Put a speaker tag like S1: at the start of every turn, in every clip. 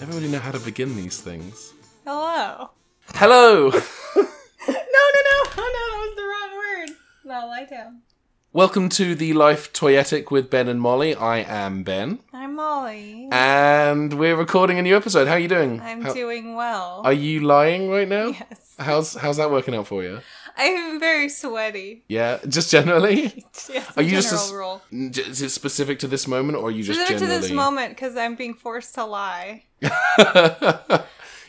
S1: Never really know how to begin these things.
S2: Hello.
S1: Hello!
S2: No, no, no. Oh, no, that was the wrong word. Now lie down.
S1: Welcome to the Life Toyetic with Ben and Molly. I am Ben,
S2: I'm Molly.
S1: and we're recording a new episode. How are you doing?
S2: I'm
S1: Uh, How-
S2: doing well.
S1: Are you lying right now?
S2: yes.
S1: How's how's that working out for you?
S2: I'm very sweaty.
S1: Yeah, just generally.
S2: Yes,
S1: Are
S2: are
S1: you
S2: you
S1: just
S2: general
S1: as-
S2: rule.
S1: N- j- Is it specific to this moment, or are you just
S2: Specific to
S1: generally?
S2: this moment because I'm being forced to lie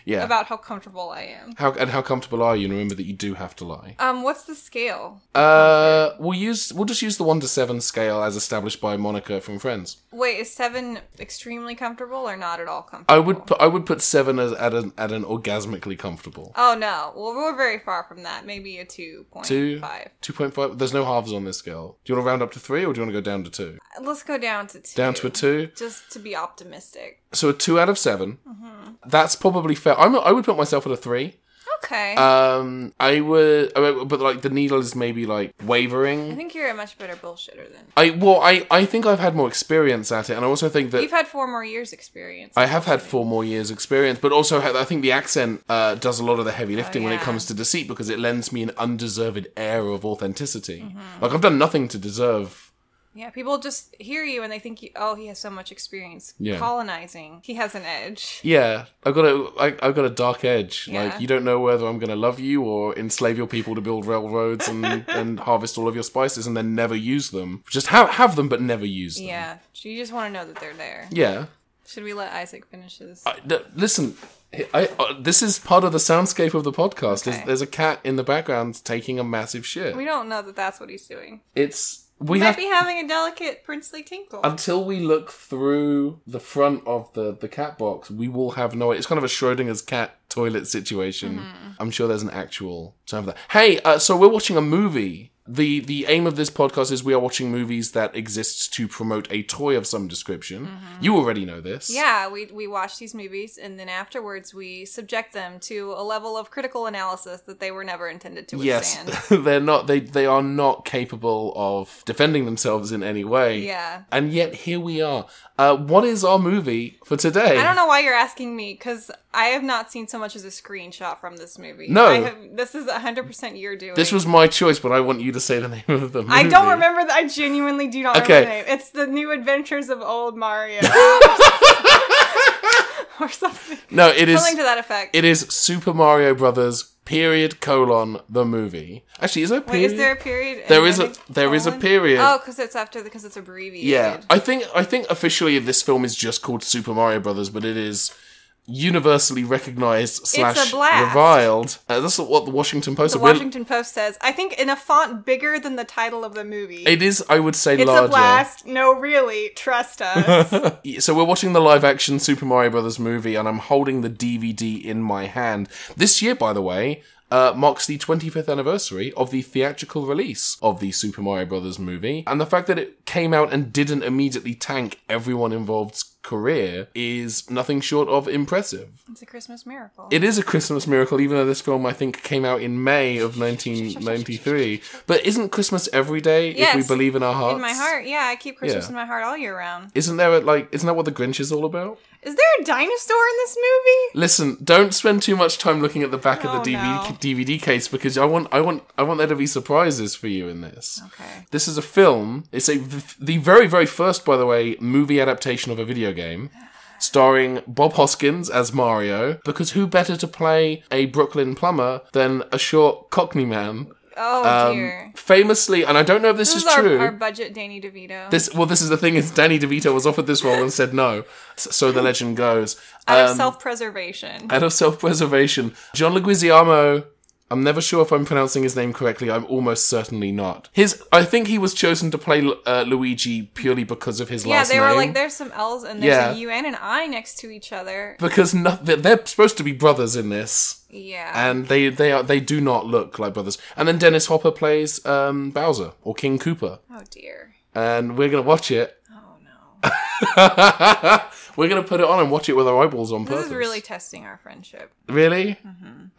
S1: yeah.
S2: about how comfortable I am.
S1: how and how comfortable are you? And remember that you do have to lie.
S2: Um, what's the scale?
S1: Uh, we'll use we'll just use the one to seven scale as established by Monica from Friends.
S2: Wait, is seven extremely comfortable or not at all comfortable?
S1: I would put, I would put seven as at an at an orgasmically comfortable
S2: Oh no. Well, we're very far from that. Maybe a two point
S1: Two.
S2: five.
S1: two point five. There's no halves on this scale. Do you want to round up to three, or do you want to go down to two?
S2: Let's go down to two.
S1: Down to a two.
S2: Just to be optimistic.
S1: So a two out of 7 That's probably fair. I'm I would put myself at a three.
S2: Okay.
S1: Um, I would, I would- but like the needle is maybe like
S2: I
S1: wavering.
S2: think you're a much better bullshitter than
S1: I well, I I think I've had more experience at it, and I also think that
S2: You've had four more years experience.
S1: I have had four more years' experience, but also ha- I think the accent uh, does a lot of the heavy lifting when it
S2: Oh, yeah.
S1: comes to deceit because it lends me an undeserved air of authenticity. Like I've done nothing to deserve.
S2: yeah, people just hear you and they think, you, oh, he has so much experience
S1: Yeah.
S2: colonizing. He has an edge.
S1: Yeah, I've got a I, I've got a dark edge.
S2: Yeah.
S1: Like you don't know whether I'm going to love you or enslave your people to build railroads and, and harvest all of your spices and then never use them. Just have have them but never use them.
S2: Yeah, you just want to know that they're there.
S1: Yeah.
S2: Should we let Isaac finish his?
S1: I- no, listen, I, uh, this is part of the soundscape of the podcast. There's,
S2: Okay.
S1: there's a cat in the background taking a massive shit.
S2: we don't know that that's what he's doing.
S1: it's we
S2: He might
S1: have
S2: be having a delicate princely tinkle.
S1: until we look through the front of the the cat box. We will have no. It's kind of a Schrodinger's cat toilet situation.
S2: Mm-hmm.
S1: I'm sure there's an actual term for that. Hey, uh, so we're watching a movie. The, the aim of this podcast is we are watching movies that exist to promote a toy of some description. You already know this.
S2: Mm-hmm. yeah, we we watch these movies and then afterwards we subject them to a level of critical analysis that they were never intended to withstand.
S1: Yes, they're not. They they are not capable of defending themselves in any way.
S2: Yeah.
S1: and yet here we are. Uh, what is our movie for today?
S2: I don't know why you're asking me because I have not seen so much as a screenshot from this movie.
S1: No.
S2: I have, this is 100% your doing.
S1: This was my choice, but I want you to say the name of the movie.
S2: I don't remember. The, I genuinely do not
S1: Okay.
S2: remember the name. It's the New Adventures of Old Mario, or something,
S1: No, it is.
S2: something to that effect.
S1: It is Super Mario Brothers. Period. Colon the movie. Actually, is there a
S2: Wait,
S1: period?
S2: is there a period? and
S1: There is
S2: then
S1: a- there is a
S2: colon?
S1: period.
S2: Oh, because it's after because it's abbreviated.
S1: Yeah, I think I think officially this film is just called Super Mario Brothers, but it is universally recognized slash
S2: blast.
S1: reviled. Uh, that's what the Washington Post.
S2: the
S1: will-
S2: Washington Post says. I think in a font bigger than the title of the movie.
S1: It is, I would say,
S2: it's
S1: larger.
S2: a blast. No, really, trust us.
S1: Yeah, so we're watching the live action Super Mario Brothers movie, and I'm holding the DVD in my hand. This year, by the way, uh, marks the 25th anniversary of the theatrical release of the Super Mario Brothers movie, and the fact that it came out and didn't immediately tank everyone involved's career is nothing short of impressive.
S2: it's a Christmas miracle.
S1: It is a Christmas miracle, even though this film I think came out in May of 1993. But isn't Christmas every day if we
S2: Yes.
S1: believe in our hearts?
S2: in my heart, yeah, I keep Christmas
S1: Yeah.
S2: in my heart all year round.
S1: Isn't there a, like isn't that what the Grinch is all about?
S2: Is there a dinosaur in this movie?
S1: Listen, don't spend too much time looking at the back
S2: Oh,
S1: of the DVD,
S2: no.
S1: DVD case because I want, I want, I want there to be surprises for you in this.
S2: Okay.
S1: This is a film. It's a the very, very first, by the way, movie adaptation of a video game, starring Bob Hoskins as Mario. Because who better to play a Brooklyn plumber than a short Cockney man?
S2: Oh
S1: Um,
S2: dear.
S1: famously, and I don't know if this,
S2: This is
S1: is, true.
S2: our, our budget Danny DeVito.
S1: this well, this is the thing is Danny DeVito was offered this role and said no. S- So the legend goes.
S2: out
S1: Um,
S2: of self preservation.
S1: out of self-preservation. John Leguizamo. I'm never sure if I'm pronouncing his name correctly. I'm almost certainly not. His, I think he was chosen to play uh, Luigi purely because of his
S2: Yeah,
S1: last
S2: they
S1: name.
S2: were like, there's some L's and there's
S1: Yeah.
S2: a U and an I next to each other.
S1: because no, they're, they're supposed to be brothers in this,
S2: Yeah.
S1: and they they are they do not look like brothers. And then Dennis Hopper plays um, Bowser or King Cooper,
S2: oh dear.
S1: and we're gonna watch it.
S2: Oh no.
S1: We're gonna put it on and watch it with our eyeballs on purpose.
S2: This is really Mm-hmm. testing our friendship.
S1: really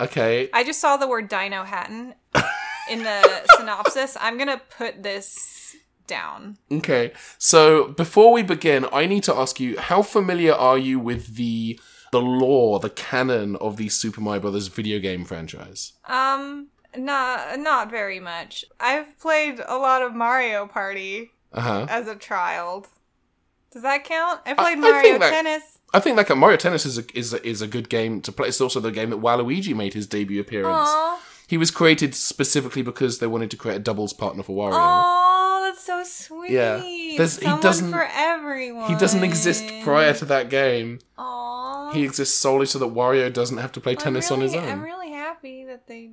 S1: okay.
S2: I just saw the word Dino Hatton in the synopsis. I'm gonna put this down.
S1: Okay. So before we begin, I need to ask you: How familiar are you with the the lore, the canon of the Super Mario Brothers video game franchise?
S2: Um, nah, not very much. I've played a lot of Mario Party
S1: Uh huh.
S2: as a child. Does that count? I played
S1: I
S2: Mario
S1: think that-
S2: Tennis.
S1: I think like uh, Mario Tennis is a, is a, is a good game to play. It's also the game that Waluigi made his debut appearance.
S2: Aw,
S1: He was created specifically because they wanted to create a doubles partner for Wario.
S2: aw, that's so sweet.
S1: Yeah. There's- he
S2: Someone
S1: doesn't-
S2: for everyone.
S1: He doesn't exist prior to that game.
S2: Aw,
S1: He exists solely so that Wario doesn't have to play
S2: I'm
S1: tennis on
S2: really-
S1: his own.
S2: I'm really happy that they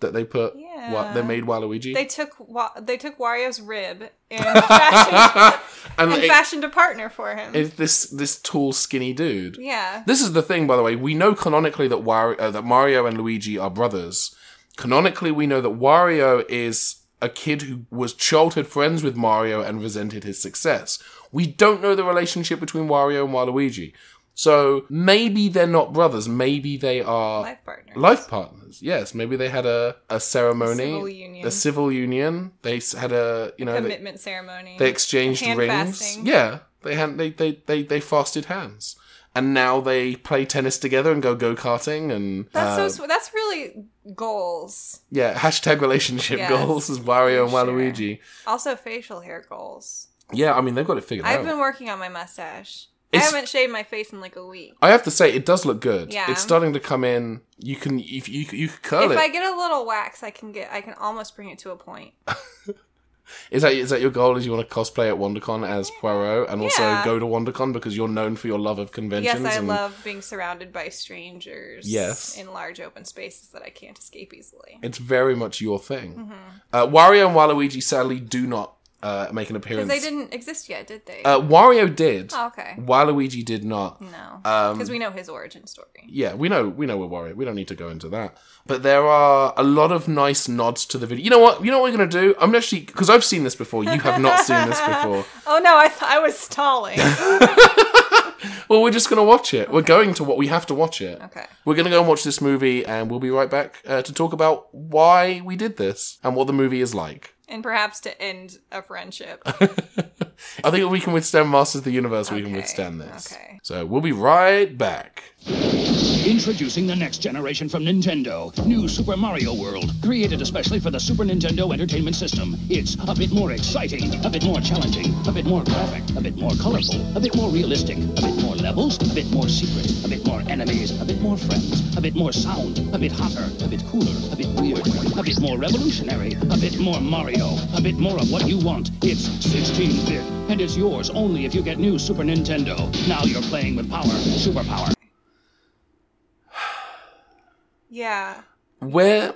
S1: that they put,
S2: Yeah.
S1: what they made Waluigi.
S2: they took Wa- they took Wario's rib and fashioned,
S1: and
S2: and
S1: it-
S2: fashioned a partner for him.
S1: it's this this tall, skinny dude.
S2: yeah.
S1: This is the thing, by the way. We know canonically that Wario, uh, that Mario and Luigi are brothers. Canonically, we know that Wario is a kid who was childhood friends with Mario and resented his success. We don't know the relationship between Wario and Waluigi. So maybe they're not brothers. Maybe they are
S2: life partner.
S1: life partners. Yes, maybe they had a, a ceremony,
S2: Civil union.
S1: a civil union. They s- had a you know they,
S2: commitment ceremony.
S1: they exchanged
S2: Hand
S1: rings.
S2: fasting.
S1: Yeah, they had they, they they they fasted hands, and now they play tennis together and go go karting and
S2: that's
S1: uh,
S2: so. Sw- that's really goals.
S1: yeah hashtag relationship
S2: Yes,
S1: goals is Wario and
S2: for sure.
S1: Waluigi.
S2: Also, facial hair goals.
S1: Yeah, I mean they've got it figured
S2: I've
S1: out.
S2: been working on my mustache.
S1: It's-
S2: I haven't shaved my face in like a week.
S1: I have to say it does look good.
S2: Yeah.
S1: It's starting to come in. You can if you you can curl
S2: If
S1: it.
S2: I get a little wax, I can get. I can almost bring it to a point.
S1: Is that is that your goal? Is you want to cosplay at WonderCon as Poirot and also
S2: Yeah.
S1: go to WonderCon because you're known for your love of conventions?
S2: Yes, I
S1: and
S2: love being surrounded by strangers.
S1: Yes.
S2: in large open spaces that I can't escape easily.
S1: It's very much your thing.
S2: Mm-hmm.
S1: Uh, Wario and Waluigi sadly do not uh, make an appearance.
S2: Because they didn't exist yet, did they?
S1: Uh, Wario did.
S2: Oh, okay.
S1: Waluigi did not.
S2: No,
S1: Um,
S2: because we know his origin story.
S1: yeah, we know we know we're Wario. We don't need to go into that. But there are a lot of nice nods to the video. You know what? You know what we're gonna do? I'm actually because I've seen this before. You have not seen this before.
S2: Oh no, I th- I was stalling.
S1: Well, we're just gonna watch it. We're going to what we have to watch it.
S2: okay.
S1: We're going to go and watch this movie, and we'll be right back uh, to talk about why we did this and what the movie is like.
S2: and perhaps to end a friendship.
S1: I think if we can withstand Masters of the Universe, we can
S2: Okay,
S1: withstand this.
S2: okay.
S1: So we'll be right back.
S3: Introducing the next generation from Nintendo. New Super Mario World, created especially for the Super Nintendo Entertainment System. It's a bit more exciting, a bit more challenging, a bit more graphic, a bit more colorful, a bit more realistic, a bit more levels, a bit more secret, a bit more enemies, a bit more friends, a bit more sound, a bit hotter, a bit cooler, a bit weird, a bit more revolutionary, a bit more Mario, a bit more of what you want. It's 16-bit, and it's yours only if you get new Super Nintendo. Now you're playing with power, superpower.
S2: yeah.
S1: Where.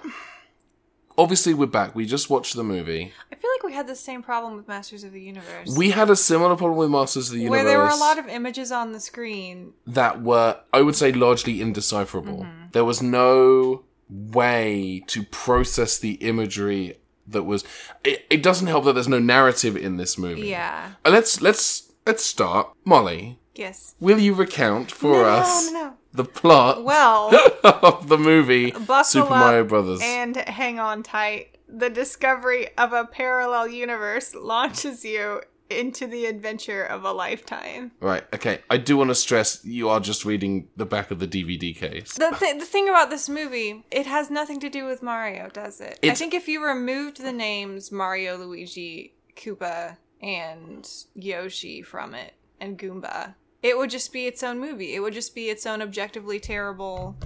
S1: Obviously, we're back. We just watched the movie.
S2: I feel like we had the same problem with Masters of the Universe.
S1: We had a similar problem with Masters of the Universe
S2: where there were a lot of images on the screen.
S1: that were, I would say, largely indecipherable.
S2: Mm-hmm.
S1: There was no way to process the imagery that was. It, it doesn't help that there's no narrative in this movie.
S2: Yeah.
S1: Uh, let's let's let's start. Molly,
S2: Yes.
S1: will you recount for
S2: No,
S1: us
S2: no, no.
S1: the plot
S2: Well,
S1: of the movie
S2: Buckle
S1: Super
S2: up
S1: Mario Brothers?
S2: and hang on tight. The discovery of a parallel universe launches you into the adventure of a lifetime.
S1: Right. Okay. I do want to stress you are just reading the back of the DVD case.
S2: The, th- the thing about this movie, it has nothing to do with Mario, does it? I
S1: It's-
S2: think if you removed the names Mario, Luigi, Koopa, and Yoshi from it, and Goomba, it would just be its own movie. It would just be its own objectively terrible,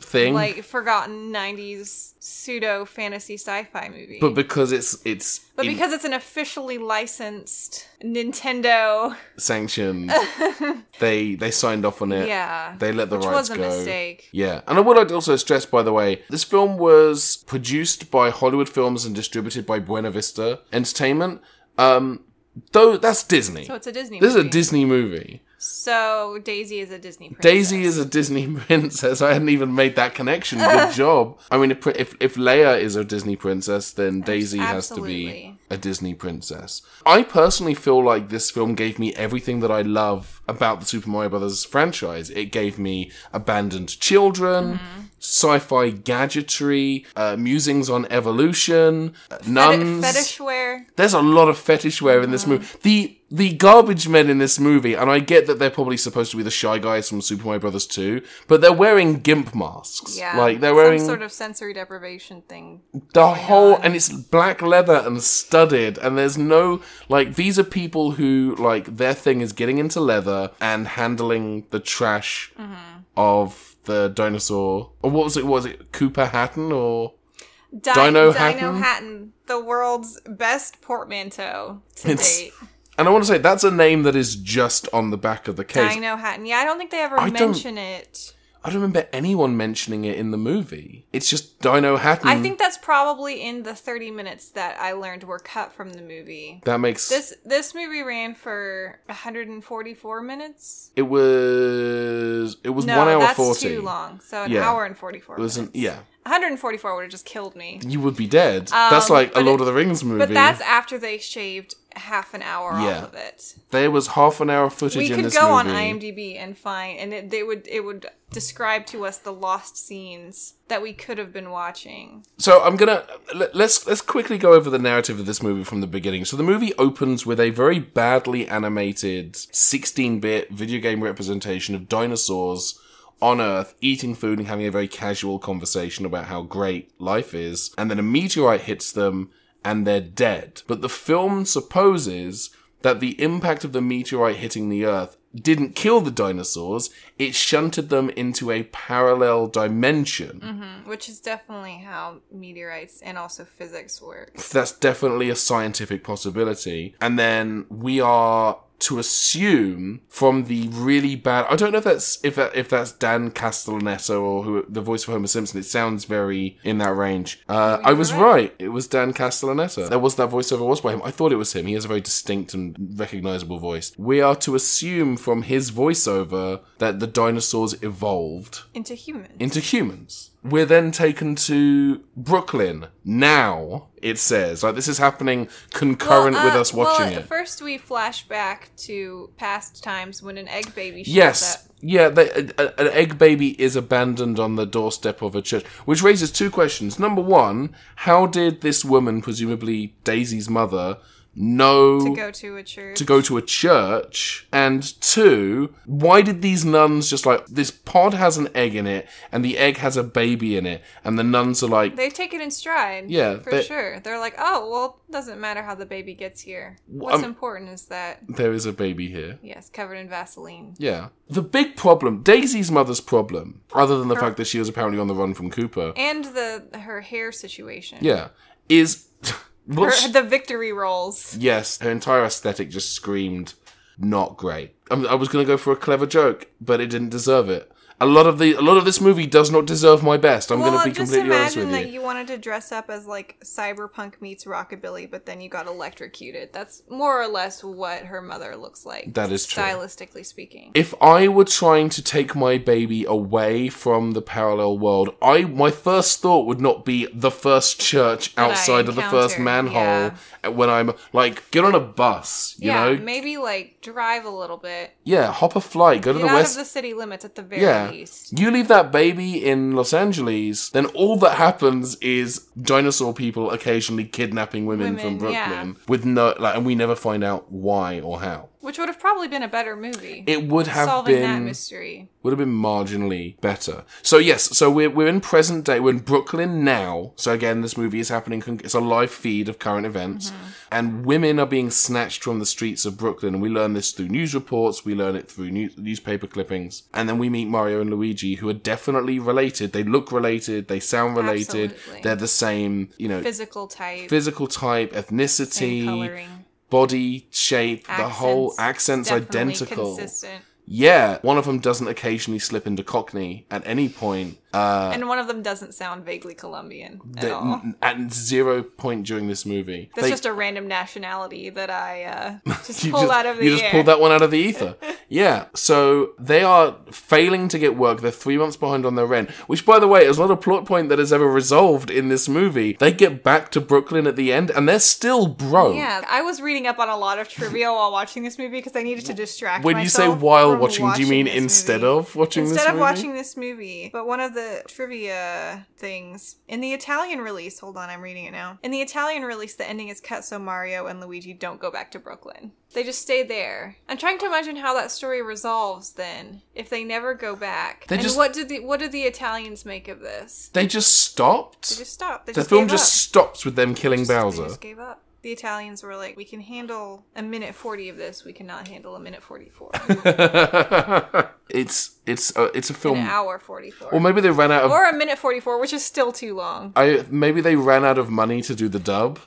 S1: Thing.
S2: like forgotten 90s pseudo fantasy sci fi movie.
S1: but because it's it's
S2: But
S1: in-
S2: because it's an officially licensed Nintendo,
S1: sanctioned, they they signed off on it.
S2: yeah,
S1: They let the
S2: which
S1: rights
S2: was a
S1: go.
S2: mistake.
S1: Yeah, and I would like to also stress, by the way, this film was produced by Hollywood Films and distributed by Buena Vista Entertainment. Um, though that's Disney.
S2: So it's a Disney.
S1: This is
S2: movie.
S1: a Disney movie.
S2: So Daisy is a Disney princess.
S1: Daisy is a Disney princess. I hadn't even made that connection. Good job. I mean, if if, if Leia is a Disney princess, then Daisy has to be
S2: absolutely.
S1: a Disney princess. I personally feel like this film gave me everything that I love about the Super Mario Brothers franchise. It gave me abandoned children. Sci-fi gadgetry, uh, musings on evolution, uh, nuns.
S2: fetish wear.
S1: There's a lot of fetish wear in this movie. The the garbage men in this movie, and I get that they're probably supposed to be the shy guys from Super Mario Brothers 2, but they're wearing gimp masks.
S2: Yeah,
S1: Like they're
S2: some
S1: wearing
S2: sort of sensory deprivation thing.
S1: the whole and it's black leather and studded and there's no like these are people who like their thing is getting into leather and handling the trash
S2: Mm-hmm.
S1: of the dinosaur. Or what was it? Was it Cooper Hatton or
S2: Di-
S1: Dino
S2: Dino,
S1: Hatton?
S2: Hatton? the world's best portmanteau to
S1: It's-
S2: date.
S1: and I want to say that's a name that is just on the back of the case.
S2: Dino Hatton. Yeah, I don't think they ever
S1: I don't-
S2: mention it.
S1: I don't remember anyone mentioning it in the movie. It's just Dino Hatton.
S2: I think that's probably in the 30 minutes that I learned were cut from the movie.
S1: that makes
S2: This this movie ran for 144 minutes.
S1: it was it was
S2: No,
S1: one hour
S2: that's
S1: forty.
S2: too long. So an
S1: Yeah.
S2: hour and 44.
S1: It was an,
S2: minutes.
S1: yeah,
S2: 144 would have just killed me.
S1: you would be dead. that's
S2: Um,
S1: like a
S2: but
S1: Lord
S2: it-
S1: of the Rings movie.
S2: But that's after they shaved half an hour
S1: Yeah.
S2: off of it.
S1: there was half an hour footage
S2: We
S1: in
S2: could
S1: this
S2: go on
S1: movie.
S2: IMDb and find, and it, they would it would describe to us the lost scenes that we could have been watching.
S1: so I'm gonna let, let's let's quickly go over the narrative of this movie from the beginning. So the movie opens with a very badly animated 16-bit video game representation of dinosaurs on Earth eating food and having a very casual conversation about how great life is, and then a meteorite hits them and they're dead. But the film supposes that the impact of the meteorite hitting the Earth didn't kill the dinosaurs; it shunted them into a parallel dimension.
S2: Which is definitely how meteorites and also physics work.
S1: that's definitely a scientific possibility. And then we are to assume from the really bad I don't know if that's if that, if that's Dan Castellaneta or who the voice of Homer Simpson it sounds very in that range. Uh, I was right.
S2: right.
S1: It was Dan Castellaneta. There was that voiceover was by him. I thought it was him. He has a very distinct and recognizable voice. We are to assume from his voiceover that the dinosaurs evolved
S2: Into humans.
S1: into humans. We're then taken to Brooklyn. Now, it says. Like, this is happening concurrent with
S2: uh,
S1: us watching
S2: well,
S1: it.
S2: First, we flash back to past times when an egg baby shows
S1: Yes.
S2: up.
S1: Yeah, they, a, a- an egg baby is abandoned on the doorstep of a church, which raises two questions. Number one, how did this woman, presumably Daisy's mother, know
S2: to go to a church.
S1: to go to a church? And two, why did these nuns just like this pod has an egg in it and the egg has a baby in it, and the nuns are like,
S2: They take it in stride.
S1: Yeah,
S2: for
S1: they-
S2: sure. They're like, oh well, doesn't matter how the baby gets here. What's
S1: um,
S2: important is that
S1: there is a baby here.
S2: yes, covered in Vaseline.
S1: Yeah. The big problem, Daisy's mother's problem, other than the fact that she was apparently on the run from Cooper,
S2: and the her hair situation.
S1: yeah, is what
S2: her,
S1: she-
S2: the victory rolls.
S1: yes, her entire aesthetic just screamed not great. I, I was going to go for a clever joke, but it didn't deserve it. A lot of the a lot of this movie does not deserve my best. I'm
S2: Well,
S1: going to be
S2: just
S1: completely honest with
S2: imagine that
S1: you.
S2: you wanted to dress up as like cyberpunk meets rockabilly, but then you got electrocuted. That's more or less what her mother looks like.
S1: That is true.
S2: stylistically speaking.
S1: If I were trying to take my baby away from the parallel world, I my first thought would not be the first church
S2: I
S1: outside of the first
S2: encountered,
S1: manhole when I'm like get on a bus, you
S2: yeah,
S1: know?
S2: maybe like drive a little bit.
S1: yeah, hop a flight, go to
S2: Get
S1: the
S2: out
S1: west.
S2: of the city limits at the very
S1: yeah.
S2: least.
S1: You leave that baby in Los Angeles, then all that happens is dinosaur people occasionally kidnapping women, from
S2: Women, yeah.
S1: Brooklyn with no like and we never find out why or how.
S2: Which would have probably been a better movie.
S1: It would have
S2: solving
S1: been
S2: that mystery.
S1: would have been marginally better. So yes, so we're we're in present day. We're in Brooklyn now. So again, this movie is happening. con- It's a live feed of current events,
S2: Mm-hmm.
S1: and women are being snatched from the streets of Brooklyn. And we learn this through news reports. We learn it through new, newspaper clippings, and then we meet Mario and Luigi, who are definitely related. They look related. They sound related.
S2: Absolutely.
S1: They're the same. You know.
S2: Physical type.
S1: Physical type, ethnicity,
S2: and coloring.
S1: body shape, the whole accent's
S2: Accents, definitely
S1: identical.
S2: Consistent.
S1: Yeah, one of them doesn't occasionally slip into Cockney at any point. Uh,
S2: and one of them doesn't sound vaguely Colombian at
S1: that-
S2: all.
S1: n- at zero point during this movie.
S2: That's
S1: They-
S2: just a random nationality that I uh, just
S1: you
S2: pulled
S1: just-
S2: out of the
S1: You just
S2: air.
S1: pulled that one out of the ether. Yeah, so they are failing to get work. They're three months behind on their rent, which, by the way, is not a plot point that is ever resolved in this movie. They get back to Brooklyn at the end, and they're still broke.
S2: Yeah, I was reading up on a lot of trivia while watching this movie because I needed to distract
S1: When you
S2: myself.
S1: say while
S2: from
S1: watching, do you mean
S2: this
S1: instead
S2: movie.
S1: of watching this
S2: Instead of
S1: movie?
S2: watching this movie, but one of the trivia things in the Italian release, hold on, I'm reading it now. In the Italian release, the ending is cut so Mario and Luigi don't go back to Brooklyn. They just stay there. I'm trying to imagine how that story resolves then, if they never go back.
S1: They
S2: and
S1: just-
S2: what did the what did the Italians make of this?
S1: They just stopped?
S2: They just stopped. They
S1: the
S2: just
S1: film
S2: gave
S1: just
S2: up.
S1: stops with them killing
S2: Just-
S1: Bowser.
S2: They just gave up. The Italians were like, we can handle a minute 40 of this. We cannot handle a minute 44. an
S1: it's it's a, it's a film.
S2: hour 44.
S1: Or maybe they ran out of
S2: or a minute 44, which is still too long.
S1: I maybe they ran out of money to do the dub.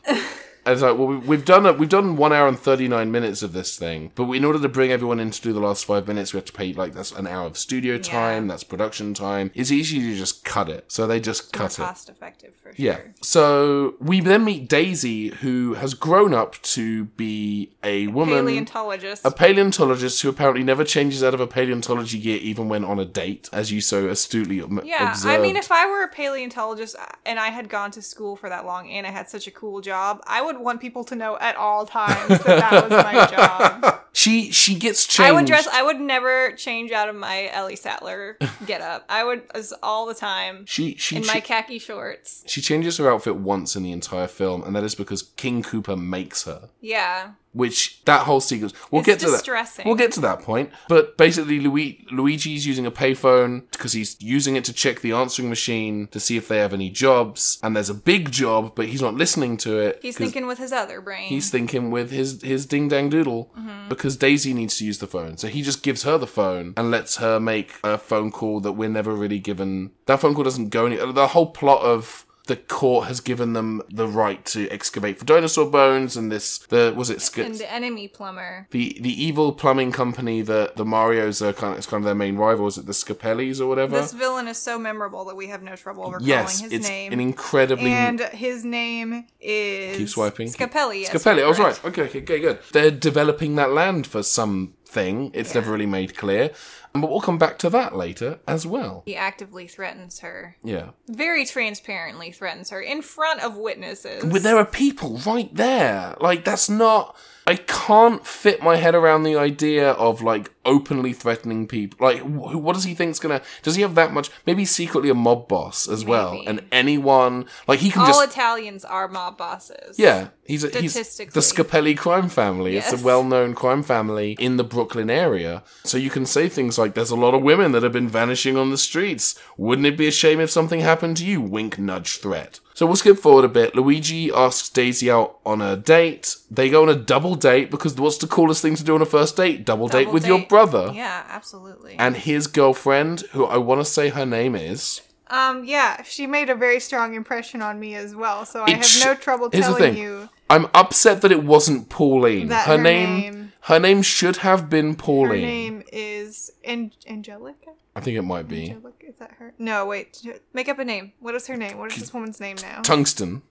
S1: And it's like, well, we- we've done a, we've done one hour and thirty nine minutes of this thing, but in order to bring everyone in to do the last five minutes, we have to pay like that's an hour of studio time, that's production time. It's easy to just cut it, so they just cut it.
S2: Cost effective for
S1: Yeah.
S2: sure.
S1: So we then meet Daisy, who has grown up to be a woman,
S2: Paleontologist.
S1: a paleontologist who apparently never changes out of a paleontology gear even when on a date, as you so astutely m-
S2: yeah,
S1: observed.
S2: I mean, if I were a paleontologist uh, and I had gone to school for that long and I had such a cool job, I would want people to know at all times that that was my job.
S1: she she gets changed.
S2: I would dress. I would never change out of my Ellie Sattler get up. I would as all the time
S1: She she
S2: in my
S1: she-
S2: khaki shorts.
S1: She changes her outfit once in the entire film, and that is because King Cooper makes her.
S2: Yeah,
S1: Which that whole sequence we'll
S2: It's
S1: get to
S2: distressing.
S1: that. We'll get to that point. But basically, Lui- Luigi's using a payphone because he's using it to check the answering machine to see if they have any jobs. And there's a big job, but he's not listening to it.
S2: he's
S1: 'cause
S2: thinking with his other brain.
S1: He's thinking with his his ding dang doodle
S2: Mm-hmm.
S1: because Daisy needs to use the phone, so he just gives her the phone and lets her make a phone call that we're never really given. That phone call doesn't go any. uh, The whole plot of the court has given them the right to excavate for dinosaur bones, and this the was it sc-
S2: and the enemy plumber.
S1: the the evil plumbing company that the Mario's are kind of it's kind of their main rival. Is it the Scapellis or whatever?
S2: This villain is so memorable that we have no trouble recalling
S1: yes,
S2: his
S1: it's
S2: name.
S1: an incredibly
S2: and his name is
S1: Keep swiping.
S2: Scapelli. Yes,
S1: Scapelli. oh, I was
S2: correct.
S1: right. Okay, okay, okay, good. They're developing that land for something. It's never really made clear. Um, But we'll come back to that later as well.
S2: He actively threatens her,
S1: Yeah.
S2: very transparently threatens her in front of witnesses.
S1: But there are people right there. Like, that's not. I can't fit my head around the idea of, like, openly threatening people. Like, wh- what does he think's gonna. Does he have that much. Maybe he's secretly a mob boss as well.
S2: Maybe.
S1: And anyone. Like, he can
S2: All
S1: just.
S2: Italians are mob bosses.
S1: Yeah, he's, a, he's the
S2: Statistically.
S1: Scapelli crime family. It's
S2: Yes.
S1: a well-known crime family in the Brooklyn area. So you can say things like, "There's a lot of women that have been vanishing on the streets. Wouldn't it be a shame if something happened to you?" Wink, nudge, threat. So we'll skip forward a bit. Luigi asks Daisy out on a date. They go on a double date because what's the coolest thing to do on a first date? Double, date
S2: Double
S1: with your brother
S2: Yeah, absolutely.
S1: and his girlfriend, who I want to say her name is.
S2: um, yeah, she made a very strong impression on me as well, so I
S1: It
S2: have
S1: sh-
S2: no trouble
S1: here's the
S2: telling
S1: thing.
S2: you
S1: I'm upset that it wasn't Pauline.
S2: That
S1: her,
S2: her
S1: name,
S2: name-
S1: her name should have been
S2: her
S1: Pauline.
S2: name is An- Angelica.
S1: I think it might be.
S2: Angelica, is that her? No, wait. Make up a name. What is her name? What is this woman's name now?
S1: Tungsten.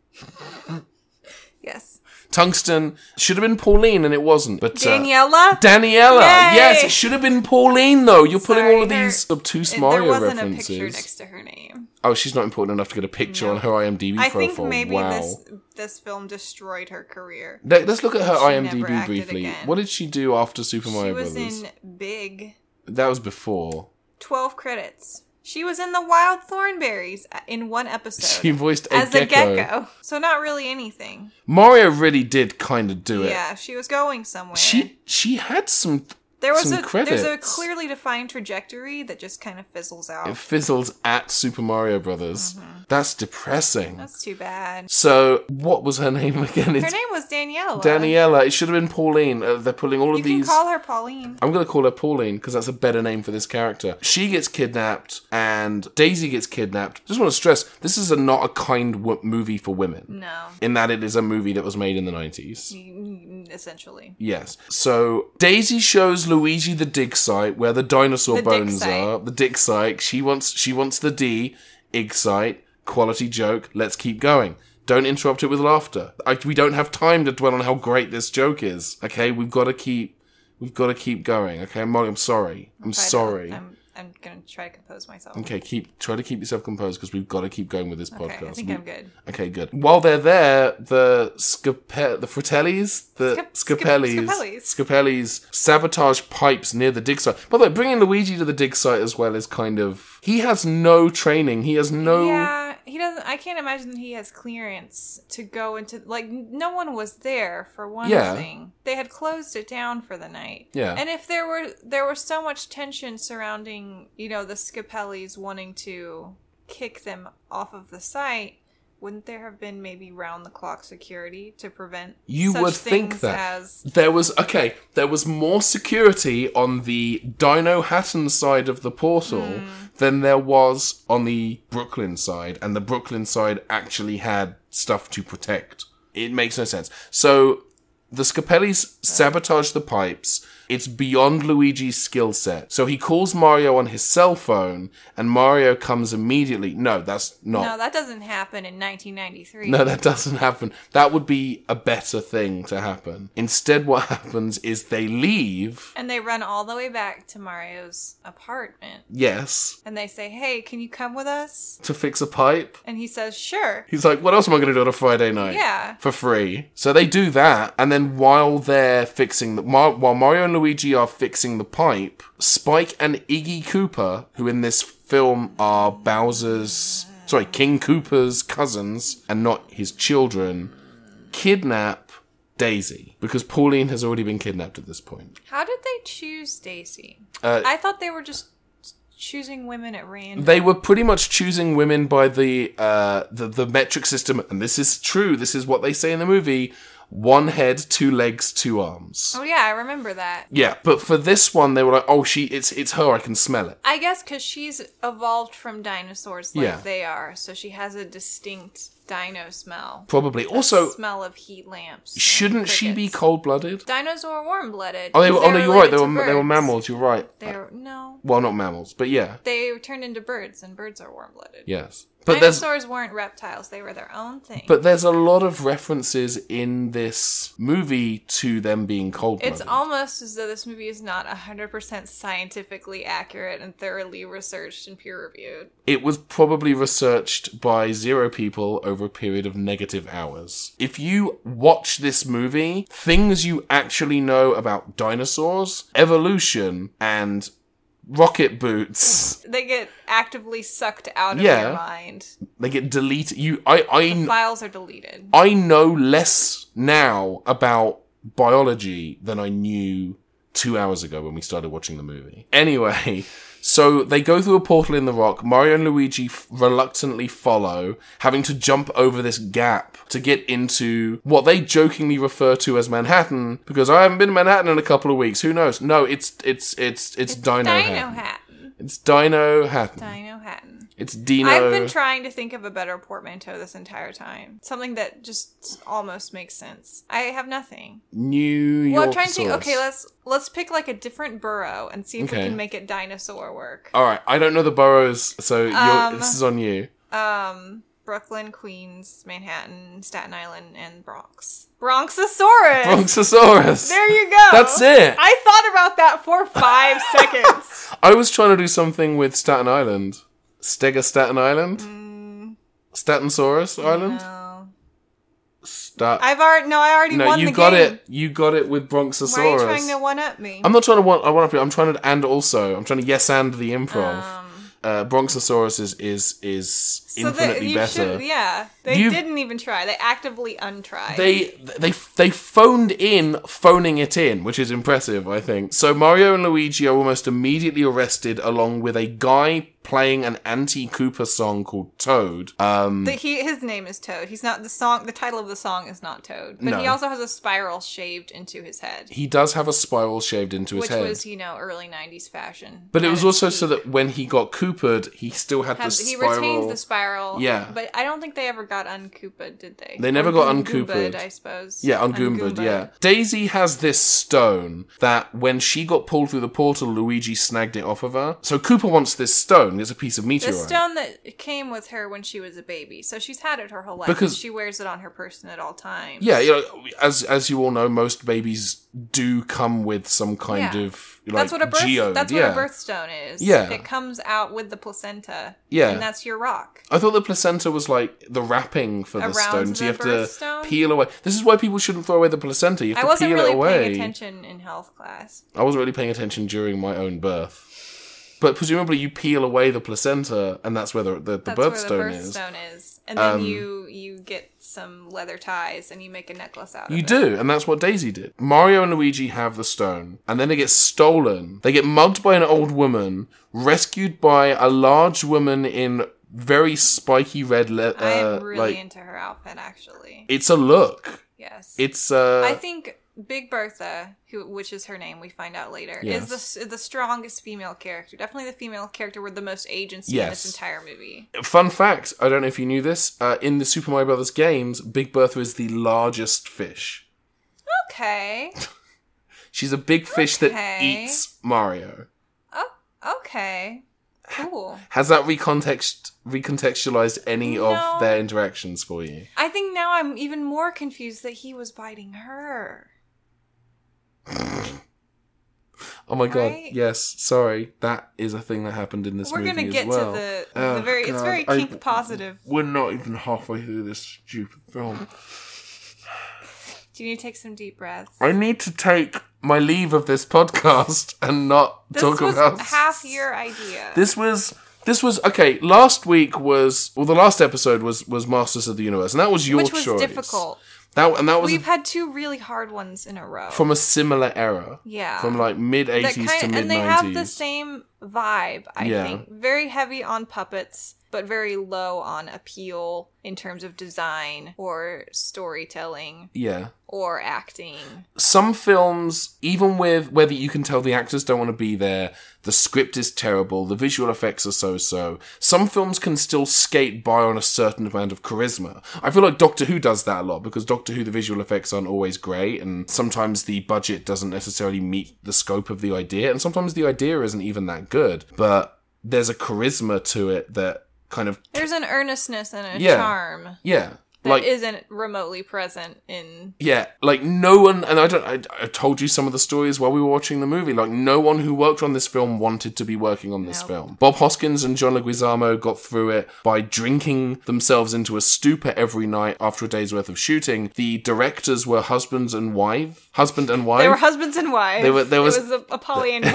S2: Yes.
S1: Tungsten should have been Pauline and it wasn't. But uh,
S2: Daniela?
S1: Daniela.
S2: Yay!
S1: Yes, it should have been Pauline though. You're putting
S2: Sorry,
S1: all of
S2: there-
S1: these obtuse
S2: It-
S1: Mario
S2: there wasn't
S1: references.
S2: a picture next to her name.
S1: Oh, she's not important enough to get a picture on her IMDb
S2: I
S1: profile.
S2: think maybe
S1: wow.
S2: this this film destroyed her career.
S1: Let- Let's look at her
S2: She never
S1: IMDb
S2: acted
S1: briefly.
S2: again.
S1: What did she do after Super
S2: she
S1: Mario
S2: was
S1: Brothers?
S2: in Big,
S1: That was before.
S2: 12 credits. She was in The Wild Thornberries uh, in one episode.
S1: She voiced a
S2: as
S1: gecko.
S2: a gecko. So not really anything.
S1: Mario really did kind of do it.
S2: Yeah, she was going somewhere.
S1: She she had some
S2: there was
S1: some
S2: a there's a
S1: credits.
S2: clearly defined trajectory that just kind of fizzles out.
S1: it fizzles at Super Mario Brothers.
S2: Mm-hmm.
S1: That's depressing.
S2: That's too bad.
S1: So, what was her name again?
S2: Her
S1: It's
S2: name was Daniela.
S1: Daniela. It should have been Pauline. Uh, they're pulling all
S2: You
S1: of
S2: can
S1: these.
S2: call her Pauline.
S1: I'm going to call her Pauline because that's a better name for this character. She gets kidnapped and Daisy gets kidnapped. Just want to stress this is a not a kind w- movie for women,
S2: No,
S1: in that it is a movie that was made in the 90s.
S2: Mm, essentially.
S1: Yes. So Daisy shows Luigi the dig site where the dinosaur
S2: The dig
S1: bones
S2: site.
S1: are. The dig site. She wants she wants the D ig site. Quality joke. Let's keep going. Don't interrupt it with laughter. I, we don't have time to dwell on how great this joke is. Okay, we've got to keep We've got to keep going. Okay, Molly, I'm sorry. I'm
S2: Try to-
S1: sorry.
S2: I'm, I'm going to try to compose myself.
S1: Okay, keep try to keep yourself composed because we've got to keep going with this
S2: Okay,
S1: podcast.
S2: I think
S1: We-
S2: I'm good.
S1: Okay, good. While they're there, the Scape- the Fratellis, the
S2: Scap-
S1: Scapellis,
S2: Scapellis.
S1: Scapellis sabotage pipes near the dig site. By the way, bringing Luigi to the dig site as well is kind of he has no training. He has no.
S2: Yeah, he doesn't. I can't imagine that he has clearance to go into. Like, n- no one was there for one
S1: Yeah.
S2: thing. They had closed it down for the night.
S1: Yeah.
S2: And if there were there was so much tension surrounding, you know, the Scapellis wanting to kick them off of the site, wouldn't there have been maybe round the clock security to prevent?
S1: You
S2: such
S1: would think
S2: things
S1: that.
S2: as
S1: There was okay. There was more security on the Dino Hatton side of the portal
S2: Hmm.
S1: than there was on the Brooklyn side, and the Brooklyn side actually had stuff to protect. It makes no sense. So the Scapellis sabotage the pipes. It's beyond Luigi's skill set. So he calls Mario on his cell phone, and Mario comes immediately. No, that's not.
S2: no, that doesn't happen in 1993.
S1: No, that doesn't happen. That would be a better thing to happen. Instead, what happens is they leave.
S2: and they run all the way back to Mario's apartment.
S1: Yes,
S2: And they say, hey, can you come with us?
S1: to fix a pipe.
S2: And he says, sure.
S1: He's like, what else am I going to do on a Friday night?
S2: Yeah.
S1: For free. So they do that, and then while they're fixing the. Mar- while Mario and Luigi are fixing the pipe, Spike and Iggy Cooper, who in this film are Bowser's. Sorry, King Cooper's cousins, and not his children, kidnap Daisy. Because Pauline has already been kidnapped at this point.
S2: How did they choose Daisy?
S1: Uh,
S2: I thought they were just choosing women at random.
S1: they were pretty much choosing women by the uh the, the metric system and this is true this is what they say in the movie one head two legs two arms
S2: oh, yeah, I remember that.
S1: yeah but for this one they were like oh she it's it's her i can smell it
S2: I guess because she's evolved from dinosaurs like
S1: Yeah.
S2: they are, so she has a distinct dino smell.
S1: probably also
S2: smell of heat lamps. and
S1: shouldn't she be
S2: crickets.
S1: cold-blooded
S2: Dinos are warm blooded.
S1: oh, they were, oh no you're right they were they were mammals you're right
S2: They're, no.
S1: well not mammals but yeah
S2: They turned into birds, and birds are warm blooded.
S1: yes but there's
S2: Dinosaurs weren't reptiles, they were their own thing.
S1: but there's a lot of references in this movie to them being cold-blooded
S2: It's almost as though this movie is not 100% scientifically accurate and thoroughly researched and peer reviewed.
S1: It was probably researched by zero people over a period of negative hours. If you watch this movie, things you actually know about dinosaurs, evolution, and rocket boots,
S2: They get actively sucked out of
S1: Yeah.
S2: your mind.
S1: they get deleted. You, I, I,
S2: Files are deleted.
S1: I know less now about biology than I knew two hours ago when we started watching the movie. Anyway, so they go through a portal in the rock. Mario and Luigi f- reluctantly follow, having to jump over this gap to get into what they jokingly refer to as Manhattan. Because I haven't been to Manhattan in a couple of weeks. Who knows? No, it's it's it's it's, Dino.
S2: Dino
S1: Hatton.
S2: Hatton.
S1: It's Dino Hatton.
S2: Dino Hatton.
S1: it's Dino.
S2: I've been trying to think of a better portmanteau this entire time. Something that just almost makes sense. I have nothing.
S1: New York.
S2: Well, I'm trying to think.
S1: source.
S2: Okay, let's let's pick like a different borough and see if we
S1: Okay.
S2: can make it dinosaur work.
S1: All right, I don't know the boroughs, so you're,
S2: Um,
S1: this is on you.
S2: um Brooklyn, Queens, Manhattan, Staten Island, and Bronx. Bronxosaurus.
S1: Brontosaurus.
S2: There you go.
S1: That's it.
S2: I thought about that for five seconds.
S1: I was trying to do something with Staten Island. Stega Staten Island?
S2: Mm.
S1: Statensaurus Island?
S2: No.
S1: Stat-
S2: I've already no. I already
S1: no,
S2: won
S1: you
S2: the
S1: got
S2: game.
S1: it. You got it with Brontosaurus.
S2: Why are you trying to one up me?
S1: I'm not trying to want. I want to. I'm trying to and also. I'm trying to yes and the improv.
S2: Um.
S1: uh, Brontosaurus is is is
S2: that
S1: infinitely
S2: you
S1: better.
S2: should, yeah. They
S1: You've-
S2: didn't even try. They actively untried.
S1: they they they phoned in phoning it in which is impressive i think so mario and luigi are almost immediately arrested along with a guy playing an anti-cooper song called toad um
S2: The- he his name is Toad. He's not the song. The title of the song is not Toad, but
S1: No.
S2: he also has a spiral shaved into his head,
S1: he does have a spiral shaved into his
S2: which
S1: head
S2: was you know early '90s fashion.
S1: but it
S2: At
S1: was
S2: its
S1: also so
S2: peak.
S1: that when he got coopered he still had,
S2: Have-
S1: the
S2: he
S1: spiral
S2: retains the spiral.
S1: Yeah.
S2: but I don't think they ever got uncoopa, did they?
S1: They never
S2: Or
S1: got
S2: Goombaed,
S1: uncoopered.
S2: I suppose.
S1: Yeah, on Goombad,
S2: Ungoombaed.
S1: yeah. Daisy has this stone that when she got pulled through the portal, Luigi snagged it off of her. So Cooper wants this stone stone. It's a piece of meteorite.
S2: The stone that came with her when she was a baby, so she's had it her whole life.
S1: Because-
S2: she wears it on her person at all times.
S1: Yeah, you know, as as you all know, most babies do come with some kind
S2: Yeah.
S1: of like
S2: that's what a birth.
S1: geode.
S2: That's
S1: yeah.
S2: what a birthstone is.
S1: Yeah.
S2: it comes out with the placenta.
S1: Yeah.
S2: and that's your rock.
S1: I thought the placenta was like the wrapping for the
S2: Around
S1: stone, so you have
S2: the
S1: to
S2: birthstone?
S1: peel away. This is why people shouldn't throw away the placenta. You have
S2: I
S1: to
S2: wasn't
S1: peel
S2: really
S1: it away.
S2: paying attention in health class.
S1: I wasn't really paying attention during my own birth. But presumably, you peel away the placenta, and that's where the the, the
S2: That's
S1: birthstone
S2: where the
S1: is.
S2: birthstone is. and then
S1: Um,
S2: you you get some leather ties and you make a necklace out of
S1: You
S2: it.
S1: do, and that's what Daisy did. Mario and Luigi have the stone, and then it gets stolen. They get mugged by an old woman, rescued by a large woman in very spiky red leather.
S2: I am really
S1: Uh, like
S2: into her outfit, actually.
S1: it's a look.
S2: yes,
S1: It's uh,
S2: I think Big Bertha, who which is her name, we find out later,
S1: Yes.
S2: is the the strongest female character. Definitely the female character with the most agency in
S1: Yes.
S2: this entire movie.
S1: fun fact. I don't know if you knew this. Uh, in the Super Mario Brothers games, Big Bertha is the largest fish.
S2: Okay.
S1: She's a big fish that
S2: Okay.
S1: eats Mario.
S2: Oh, okay. Cool.
S1: Has that recontext recontextualized any
S2: No.
S1: of their interactions for you?
S2: I think now I'm even more confused that he was biting her.
S1: Oh my god!
S2: Right?
S1: Yes, sorry. That is a thing that happened in this
S2: We're
S1: movie
S2: gonna get
S1: as well.
S2: to the,
S1: Oh
S2: the very. It's
S1: God,
S2: very
S1: I-
S2: kink positive.
S1: We're not even halfway through this stupid film.
S2: Do you need to take some deep breaths?
S1: I need to take my leave of this podcast and not
S2: This
S1: talk
S2: was
S1: about
S2: half your idea.
S1: This was this was okay. Last week was well, the last episode was was Masters of the Universe, and that was your
S2: which was
S1: choice.
S2: difficult.
S1: That and that was a-
S2: We've had two really hard ones in a row.
S1: from a similar era.
S2: Yeah.
S1: From like mid
S2: that
S1: eighties
S2: kind
S1: to
S2: of,
S1: mid
S2: and they have the
S1: nineties.
S2: same vibe. I
S1: Yeah.
S2: think very heavy on puppets, but very low on appeal in terms of design or storytelling
S1: Yeah.
S2: or acting.
S1: some films, even with whether you can tell the actors don't want to be there, the script is terrible, the visual effects are so so, some films can still skate by on a certain amount of charisma. I feel like Doctor Who does that a lot because Doctor Who, the visual effects aren't always great, and sometimes the budget doesn't necessarily meet the scope of the idea, and sometimes the idea isn't even that good, but there's a charisma to it that kind of,
S2: There's an earnestness and a
S1: Yeah.
S2: charm
S1: yeah.
S2: that not remotely present in.
S1: Yeah, like no one, and I don't. I, I told you some of the stories while we were watching the movie. Like no one who worked on this film wanted to be working on this
S2: No.
S1: film. Bob Hoskins and John Leguizamo got through it by drinking themselves into a stupor every night after a day's worth of shooting. The directors were husbands and wife, husband and wife.
S2: They were husbands and wives.
S1: There were- there was-
S2: it was a, a polyandry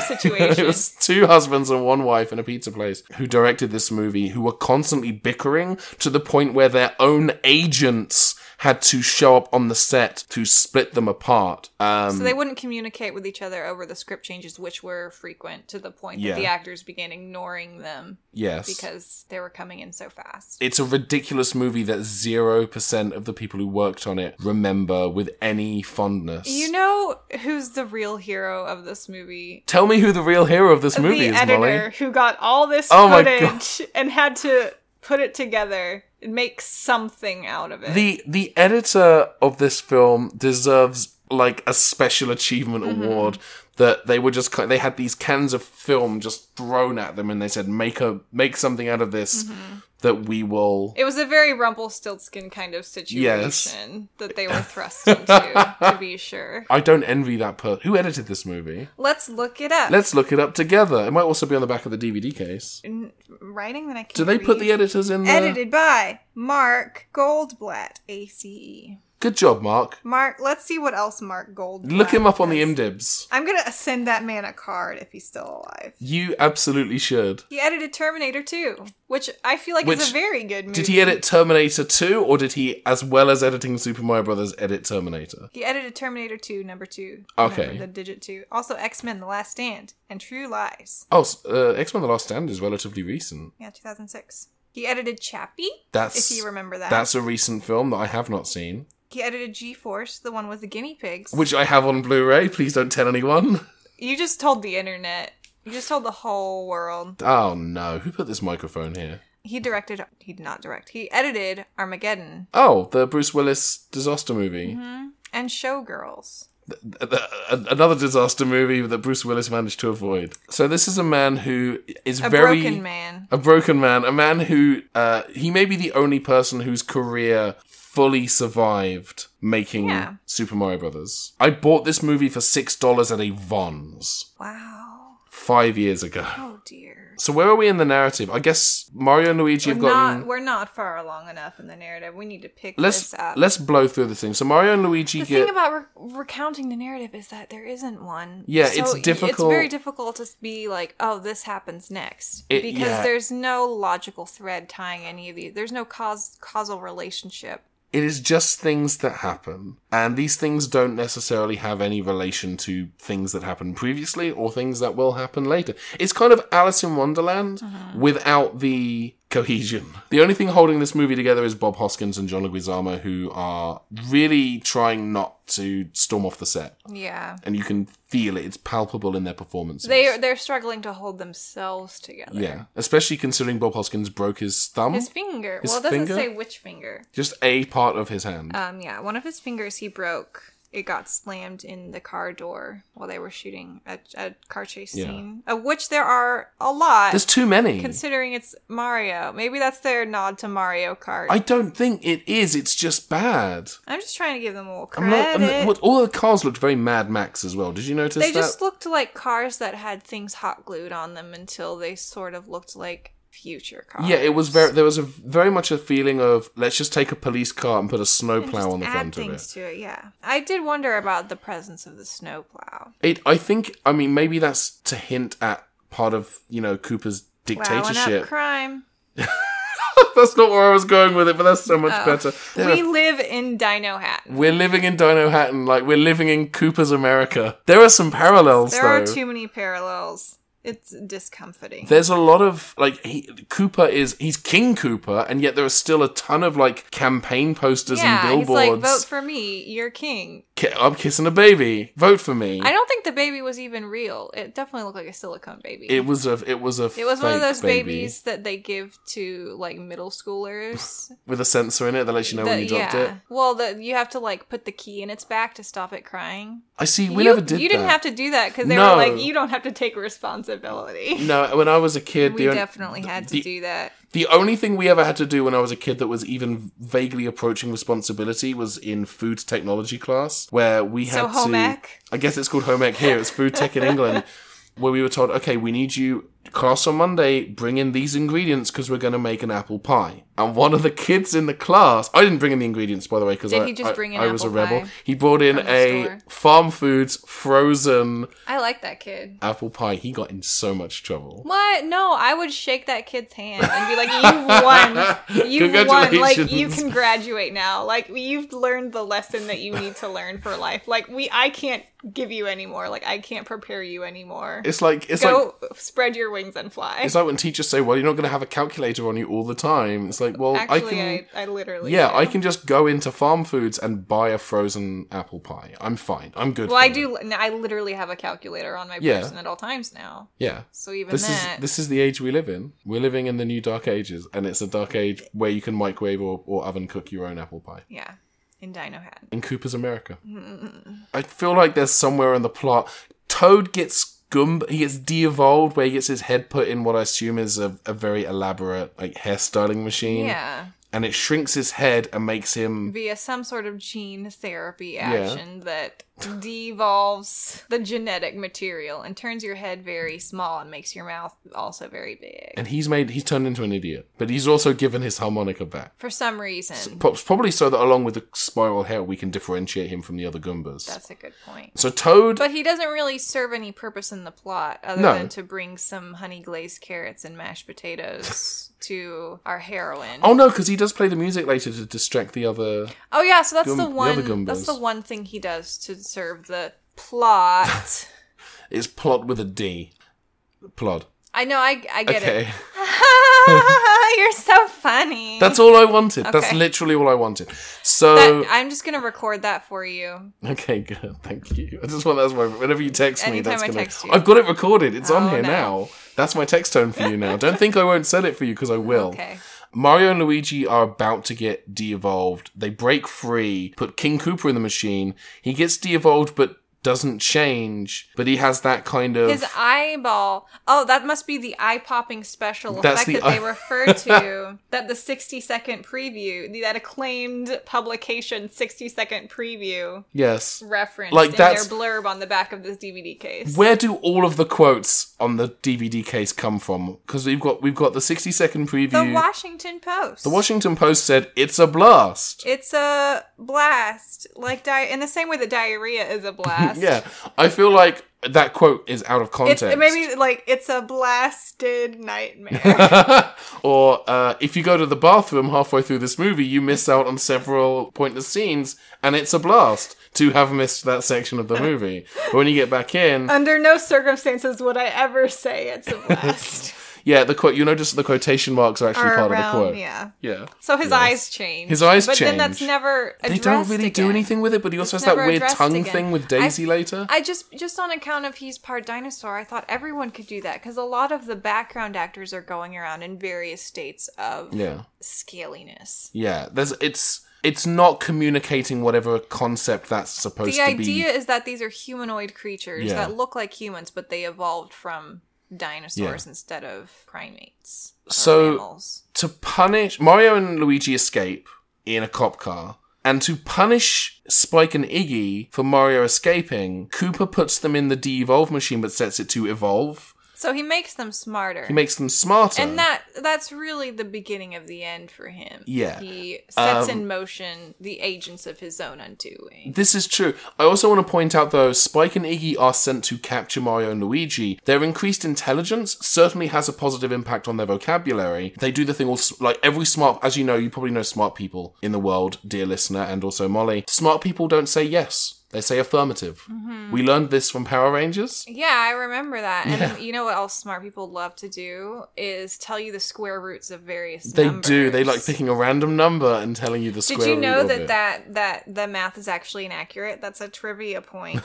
S2: situation.
S1: it was two husbands and one wife in a pizza place who directed this movie who were constantly bickering to the point where their own agents had to show up on the set to split them apart. Um,
S2: So they wouldn't communicate with each other over the script changes, which were frequent to the point
S1: Yeah.
S2: that the actors began ignoring them
S1: yes.
S2: because they were coming in so fast.
S1: it's a ridiculous movie that 0% of the people who worked on it remember with any fondness.
S2: You know who's the real hero of this movie?
S1: Tell me who the real hero of this movie
S2: the
S1: is,
S2: editor
S1: Molly.
S2: who got all this
S1: Oh my
S2: footage and had to put it together and make something out of it.
S1: The the editor of this film deserves like a special achievement
S2: Mm-hmm.
S1: award that they were just ki- they had these cans of film just thrown at them and they said make a make something out of this that we will
S2: Mm-hmm. it was a very Rumpelstiltskin kind of situation
S1: Yes.
S2: that they were thrust into, to be sure.
S1: I don't envy that person. Who edited this movie?
S2: Let's look it up.
S1: Let's look it up together. It might also be on the back of the DVD case.
S2: N- writing that I can't
S1: Do they put
S2: read.
S1: the editors in there?
S2: Edited by Mark Goldblatt, ACE.
S1: Good job, Mark.
S2: Mark, let's see what else Mark Goldblatt.
S1: Look him up on the IMDibs.
S2: does. I'm gonna send that man a card if he's still alive.
S1: You absolutely should.
S2: He edited Terminator 2, which I feel like
S1: Which-
S2: is a very good movie.
S1: Did he edit Terminator 2 or did he, as well as editing Super Mario Brothers, edit Terminator?
S2: He edited Terminator 2, number 2.
S1: Okay.
S2: Remember, the digit 2. Also X Men The Last Stand and True Lies.
S1: Oh, s- uh, X Men The Last Stand is relatively recent.
S2: Yeah, 2006. He edited Chappie,
S1: That's
S2: if you remember that.
S1: that's a recent film that I have not seen,
S2: He edited G Force, the one with the guinea pigs.
S1: which I have on Blu ray. Please don't tell anyone.
S2: you just told the internet. You just told the whole world.
S1: Oh no, who put this microphone here?
S2: He directed. He did not direct. He edited Armageddon Mm-hmm.
S1: Oh, the Bruce Willis disaster movie.
S2: and Showgirls.
S1: th- th- another disaster movie that Bruce Willis managed to avoid. So this is a man who is
S2: A
S1: very
S2: broken man.
S1: a broken man, a man who uh, he may be the only person whose career fully survived making
S2: Yeah.
S1: Super Mario Brothers. I bought this movie for six dollars at a Vons
S2: Wow.
S1: five years ago.
S2: Oh dear.
S1: So where are we in the narrative? I guess Mario and Luigi
S2: We're
S1: have gotten.
S2: not we're not far along enough in the narrative. We need to pick
S1: let's
S2: this up.
S1: let's blow through the thing. So Mario and Luigi
S2: the
S1: get.
S2: thing about re- recounting the narrative is that there isn't one.
S1: Yeah,
S2: So
S1: it's
S2: y- It's
S1: difficult-
S2: very difficult to be like, oh, this happens next,
S1: It-
S2: because
S1: yeah.
S2: there's no logical thread tying any of these. There's no cause causal relationship.
S1: it is just things that happen, and these things don't necessarily have any relation to things that happened previously or things that will happen later. It's kind of Alice in Wonderland
S2: Uh-huh.
S1: without the cohesion. The only thing holding this movie together is Bob Hoskins and John Leguizamo, who are really trying not to storm off the set,
S2: Yeah,
S1: and you can feel it. It's palpable in their performances.
S2: they are they're struggling to hold themselves together.
S1: yeah, especially considering Bob Hoskins broke his thumb,
S2: His finger.
S1: His
S2: well, it doesn't
S1: finger?
S2: say which finger.
S1: just a part of his hand.
S2: Um, yeah, one of his fingers he broke. It got slammed in the car door while they were shooting a, a car chase
S1: Yeah.
S2: scene, of which there are a lot.
S1: There's too many.
S2: considering it's Mario. Maybe that's their nod to Mario Kart.
S1: I don't think it is. It's just bad.
S2: I, am just trying to give them a little
S1: I'm
S2: credit.
S1: not, I'm not- what- all the cars looked very Mad Max as well. Did you notice
S2: they
S1: that?
S2: just looked like cars that had things hot glued on them until they sort of looked like future cars.
S1: yeah, it was very. There was a very much a feeling of let's just take a police car and put a
S2: And just
S1: snowplow on the
S2: add
S1: front of
S2: things
S1: it.
S2: to it. Yeah, I did wonder about the presence of the snowplow.
S1: It. I think. I mean, maybe that's to hint at part of you know Cooper's
S2: Plowing up
S1: dictatorship.
S2: crime.
S1: that's not where I was going with it, but that's so much
S2: Oh.
S1: better. There
S2: We
S1: are-
S2: live in Dino Hat.
S1: we're living in Dino Hatton, like we're living in Cooper's America. There are some parallels.
S2: There
S1: though.
S2: are too many parallels. It's discomforting.
S1: There's a lot of like he, Cooper is he's King Cooper, and yet there are still a ton of like campaign posters
S2: yeah,
S1: and
S2: he's like,
S1: billboards.
S2: vote for me, you're king.
S1: Ki- I'm kissing a baby. Vote for me.
S2: I don't think the baby was even real. It definitely looked like a silicone baby.
S1: it was a it was a
S2: It was one of
S1: fake
S2: those
S1: baby
S2: babies that they give to like middle schoolers.
S1: with a sensor in it that lets you know when
S2: The-
S1: you dropped it.
S2: Well, the, you have to like put the key in its back to stop it crying.
S1: I see. We
S2: you,
S1: never did.
S2: You didn't
S1: that.
S2: have to do that because they
S1: No.
S2: were like, you don't have to take responsibility.
S1: No, when I was a kid,
S2: we
S1: the, on-
S2: definitely had to
S1: the-
S2: do that.
S1: the only thing we ever had to do when I was a kid that was even vaguely approaching responsibility was in food technology class, where we had
S2: So
S1: to.
S2: home ec?
S1: I guess it's called home ec here. It's food tech in England, where we were told, okay, we need you class on Monday. Bring in these ingredients because we're going to make an apple pie. And one of the kids in the class, I didn't bring in the ingredients by the way because
S2: Did
S1: I,
S2: he just
S1: I-
S2: bring in
S1: I was a
S2: apple
S1: rebel.
S2: pie
S1: He brought in
S2: from the
S1: a
S2: store?
S1: farm foods frozen
S2: I like that kid.
S1: apple pie. He got in so much trouble.
S2: What? No, I would shake that kid's hand and be like, "You won! You won! Like you
S1: Congratulations.
S2: can graduate now. Like you've learned the lesson that you need to learn for life. Like we, I can't give you anymore. Like I can't prepare you anymore.
S1: It's like it's like
S2: Go spread your wings and fly."
S1: It's like when teachers say, "Well, you're not going to have a calculator on you all the time." It's like, well, I
S2: Actually,
S1: can,
S2: I, I, literally.
S1: yeah,
S2: do.
S1: I can just go into farm foods and buy a frozen apple pie. I'm fine. I'm good.
S2: Well,
S1: for
S2: I
S1: that.
S2: do. no, I literally have a calculator on my
S1: Yeah.
S2: person at all times now.
S1: Yeah.
S2: So even
S1: This is
S2: that,
S1: this is the age we live in. We're living in the new dark ages, and it's a dark age where you can microwave or, or oven cook your own apple pie.
S2: yeah, in Dino Hat.
S1: In Cooper's America, I feel like there's somewhere in the plot. Toad gets gum. He gets de-evolved, where he gets his head put in what I assume is a, a very elaborate like hairstyling machine.
S2: Yeah,
S1: and it shrinks his head and makes him
S2: via some sort of gene therapy action that devolves the genetic material and turns your head very small and makes your mouth also very big
S1: and he's made he's turned into an idiot but he's also given his harmonica back
S2: for some reason.
S1: Po- probably so that along with the spiral hair we can differentiate him from the other goombas
S2: That's a good point.
S1: so toad
S2: But he doesn't really serve any purpose in the plot other
S1: No.
S2: than to bring some honey glazed carrots and mashed potatoes to our heroine.
S1: oh no because he does play the music later to distract the other
S2: Oh yeah, so that's
S1: Goom-
S2: the
S1: the other
S2: one.
S1: Goombas.
S2: that's the one thing he does to serve the plot.
S1: it's plot with a d plod
S2: I know. I I get
S1: okay
S2: it. You're so funny.
S1: that's all i wanted that's
S2: Okay.
S1: literally all i wanted so
S2: That- I'm just gonna record that for you.
S1: okay good thank you i just want that's my whenever you text me
S2: Anytime
S1: that's
S2: I
S1: gonna
S2: text you.
S1: i've got it recorded it's on
S2: Oh,
S1: here
S2: no.
S1: now that's my text tone for you now don't think i won't sell it for you because i will
S2: Okay.
S1: Mario and Luigi are about to get de-evolved. They break free, put King Koopa in the machine. He gets de-evolved, but doesn't change. But he has that kind of
S2: His eyeball. Oh, that must be the eye popping special
S1: That's
S2: effect
S1: the
S2: that
S1: eye-
S2: they refer to. that the 60 second preview, the- that acclaimed publication 60 second preview
S1: yes.
S2: reference
S1: Like,
S2: in
S1: that's-
S2: their blurb on the back of this DVD case.
S1: Where do all of the quotes on the DVD case come from? Because we've got we've got the sixty second preview.
S2: the Washington Post.
S1: The Washington Post said it's a blast.
S2: it's a blast, like di- in the same way that diarrhea is a blast.
S1: Yeah, I feel like that quote is out of
S2: It's
S1: context.
S2: maybe like it's a blasted nightmare.
S1: or uh, if you go to the bathroom halfway through this movie, you miss out on several pointless scenes, and it's a blast to have missed that section of the movie. but when you get back in,
S2: Under no circumstances would I ever say it's a blast.
S1: yeah, the quote you notice the quotation marks are actually
S2: Or
S1: part
S2: around,
S1: of the quote.
S2: yeah.
S1: yeah.
S2: So his eyes change.
S1: His eyes
S2: but But then that's
S1: change.
S2: never
S1: They
S2: addressed
S1: don't really do
S2: again.
S1: anything with it, but he also
S2: It's
S1: has that
S2: never
S1: weird
S2: addressed
S1: tongue
S2: again.
S1: thing with Daisy
S2: I-
S1: later.
S2: I just, just on account of he's part dinosaur, I thought everyone could do that because a lot of the background actors are going around in various states of
S1: yeah.
S2: scaliness.
S1: Yeah, there's it's it's not communicating whatever concept that's supposed
S2: The
S1: to be.
S2: idea is that these are humanoid creatures
S1: Yeah.
S2: that look like humans, but they evolved from dinosaurs
S1: Yeah.
S2: instead of primates. or
S1: So-
S2: mammals.
S1: To punish Mario and Luigi escape in a cop car, and to punish Spike and Iggy for Mario escaping, Cooper puts them in the de-evolve machine but sets it to evolve.
S2: so he makes them smarter.
S1: He makes them smarter.
S2: and that that's really the beginning of the end for him.
S1: Yeah.
S2: He sets
S1: Um,
S2: in motion the agents of his own undoing.
S1: This is true. I also want to point out, though, Spike and Iggy are sent to capture Mario and Luigi. Their increased intelligence certainly has a positive impact on their vocabulary. They do the thing all s- like every smart, as you know, you probably know smart people in the world, dear listener, and also Molly. Smart people don't say yes; they say affirmative.
S2: Mm-hmm.
S1: We learned this from Power Rangers.
S2: Yeah, I remember that. And you know what else smart people love to do is tell you the square roots of various
S1: They do.
S2: numbers.
S1: They like picking a random number and telling you the square
S2: Did you know
S1: root
S2: that,
S1: of
S2: that that the math is actually inaccurate? That's a trivia point.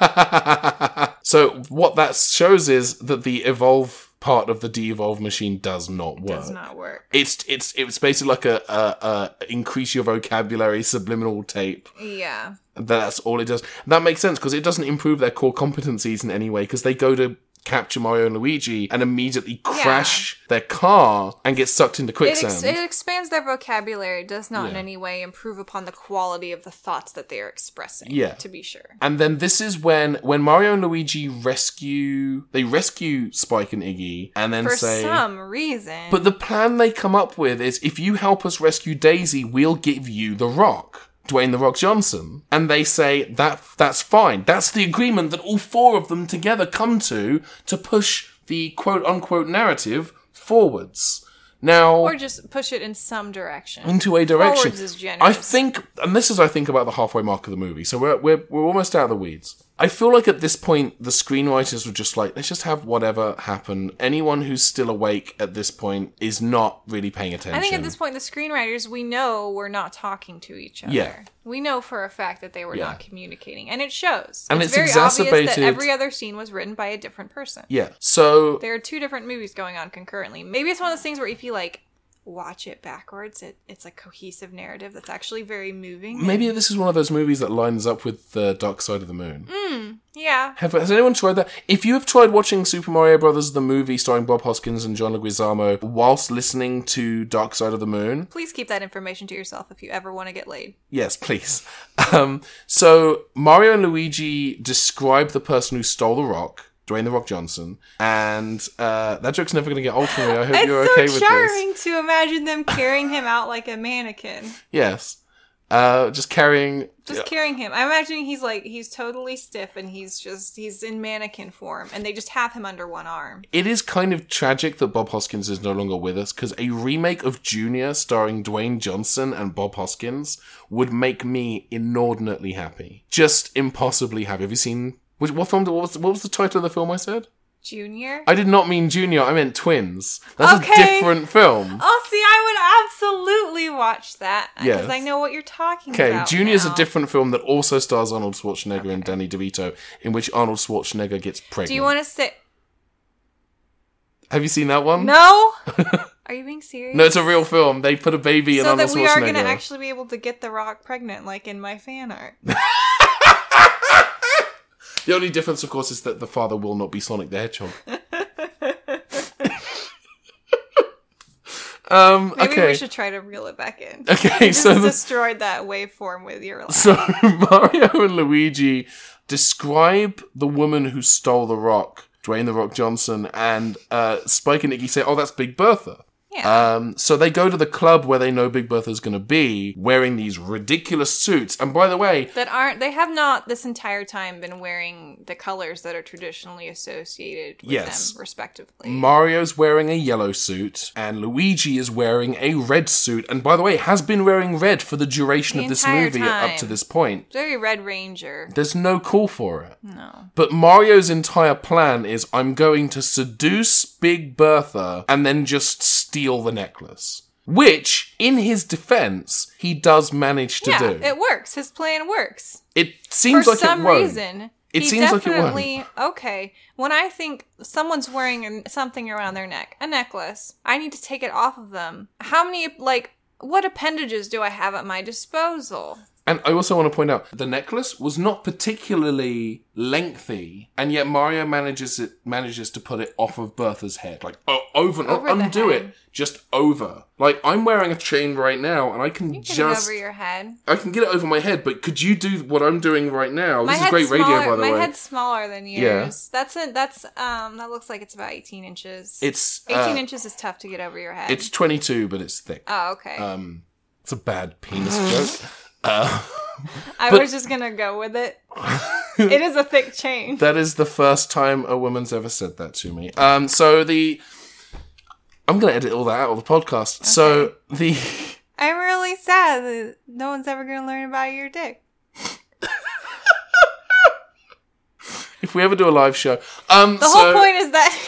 S1: that? so what that shows is that the evolve part of the de-evolve machine does not work.
S2: Does not work.
S1: it's it's it's basically like a, a, a increase your vocabulary subliminal tape.
S2: Yeah.
S1: That's all it does. That makes sense because it doesn't improve their core competencies in any way because they go to capture Mario and Luigi and immediately crash their car and get sucked into
S2: It, ex-
S1: quicksand.
S2: it expands their vocabulary. It does not in
S1: Yeah.
S2: any way improve upon the quality of the thoughts that they are expressing.
S1: Yeah.
S2: To be sure.
S1: and then this is when when Mario and Luigi rescue they rescue Spike and Iggy and then
S2: For
S1: say
S2: some reason.
S1: But the plan they come up with is if you help us rescue Daisy, we'll give you the rock. Dwayne the Rock Johnson. And they say that that's fine. That's the agreement that all four of them together come to to push the quote unquote narrative forwards. Now
S2: or just push it in some direction.
S1: into a direction.
S2: Forwards is generous.
S1: I think, and this is I think about the halfway mark of the movie. So we're we're we're almost out of the weeds. I feel like at this point the screenwriters were just like, let's just have whatever happen. Anyone who's still awake at this point is not really paying attention.
S2: I think at this point, the screenwriters, we know we're not talking to each other.
S1: Yeah.
S2: We know for a fact that they were
S1: Yeah.
S2: not communicating. And it shows.
S1: And
S2: it's,
S1: it's
S2: very obvious
S1: exacerbated-
S2: that every other scene was written by a different person.
S1: yeah. So
S2: There are two different movies going on concurrently. Maybe it's one of those things where if you like watch it backwards, it, it's a cohesive narrative that's actually very moving.
S1: maybe this is one of those movies that lines up with the Dark Side of the Moon.
S2: Yeah.
S1: Have, has anyone tried that? If you have tried watching Super Mario Brothers the movie starring Bob Hoskins and John Leguizamo whilst listening to Dark Side of the Moon,
S2: Please keep that information to yourself if you ever want to get laid.
S1: Yes, please. Um, so Mario and Luigi describe the person who stole the rock, Dwayne the Rock Johnson, and uh, that joke's never going to get old for me. I hope
S2: It's
S1: you're
S2: so
S1: okay with this.
S2: jarring to imagine them carrying him out like a mannequin.
S1: Yes, uh, just carrying.
S2: just carrying him. I'm imagining he's like he's totally stiff and he's just he's in mannequin form and they just have him under one arm.
S1: It is kind of tragic that Bob Hoskins is no longer with us because a remake of Junior starring Dwayne Johnson and Bob Hoskins would make me inordinately happy, just impossibly happy. Have you seen which, what film? What was, what was the title of the film? I said.
S2: Junior.
S1: I did not mean Junior. I meant Twins. That's
S2: Okay.
S1: a different film.
S2: oh, see, I would absolutely watch that because
S1: Yes.
S2: I know what you're talking
S1: Okay,
S2: about.
S1: Junior is a
S2: now.
S1: different film that also stars Arnold Schwarzenegger and Danny DeVito, in which Arnold Schwarzenegger gets pregnant.
S2: Do you want to say
S1: Have you seen that one?
S2: no? Are you being serious?
S1: No, it's a real film. They put a baby in
S2: so
S1: Arnold
S2: that we are going
S1: Schwarzenegger.
S2: to actually be able to get The Rock pregnant, like in my fan art.
S1: the only difference, of course, is that the father will not be Sonic the Hedgehog. um,
S2: Maybe
S1: okay.
S2: we should try to reel it back in.
S1: Okay,
S2: You just
S1: so the-
S2: destroyed that waveform with your laugh.
S1: So Mario and Luigi describe the woman who stole the rock, Dwayne the Rock Johnson, and uh, Spike and Iggy say, "Oh, that's Big Bertha."
S2: yeah.
S1: Um, so they go to the club where they know Big Bertha's going to be, wearing these ridiculous suits. And by the way,
S2: that aren't they have not this entire time been wearing the colors that are traditionally associated with
S1: Yes.
S2: them respectively.
S1: Mario's wearing a yellow suit, and Luigi is wearing a red suit. And by the way, has been wearing red for the duration
S2: The
S1: of this
S2: entire
S1: movie up
S2: time.
S1: to this point.
S2: Very Red Ranger.
S1: There's no call for it.
S2: No.
S1: But Mario's entire plan is I'm going to seduce Big Bertha and then just steal the necklace. Which, in his defense, he does manage to
S2: yeah,
S1: do.
S2: it works. His plan works.
S1: It seems
S2: For
S1: like
S2: some
S1: it won't.
S2: reason.
S1: It
S2: he
S1: seems like it won't.
S2: definitely okay. When I think someone's wearing an- something around their neck, a necklace, I need to take it off of them. How many like what appendages do I have at my disposal?
S1: And I also want to point out the necklace was not particularly lengthy, and yet Mario manages it manages to put it off of Bertha's head, like oh, over, not
S2: Over the
S1: undo
S2: head.
S1: it, just over. Like I'm wearing a chain right now, and I can,
S2: You can
S1: just
S2: over your head.
S1: I can get it over my head, but could you do what I'm doing right now? this
S2: My
S1: is
S2: head's
S1: great radio,
S2: smaller-
S1: by the
S2: my
S1: way.
S2: head's smaller than yours. That's a, that's um that looks like it's about eighteen inches.
S1: It's uh,
S2: eighteen inches is tough to get over your head.
S1: It's 22, but it's thick.
S2: oh okay.
S1: Um, it's a bad penis joke. Uh,
S2: I was just gonna go with it. it is a thick chain.
S1: That is the first time a woman's ever said that to me. Um, so the I'm gonna edit all that out of the podcast. So the
S2: I'm really sad that no one's ever gonna learn about your dick.
S1: if we ever do a live show, um,
S2: The
S1: so
S2: whole point is that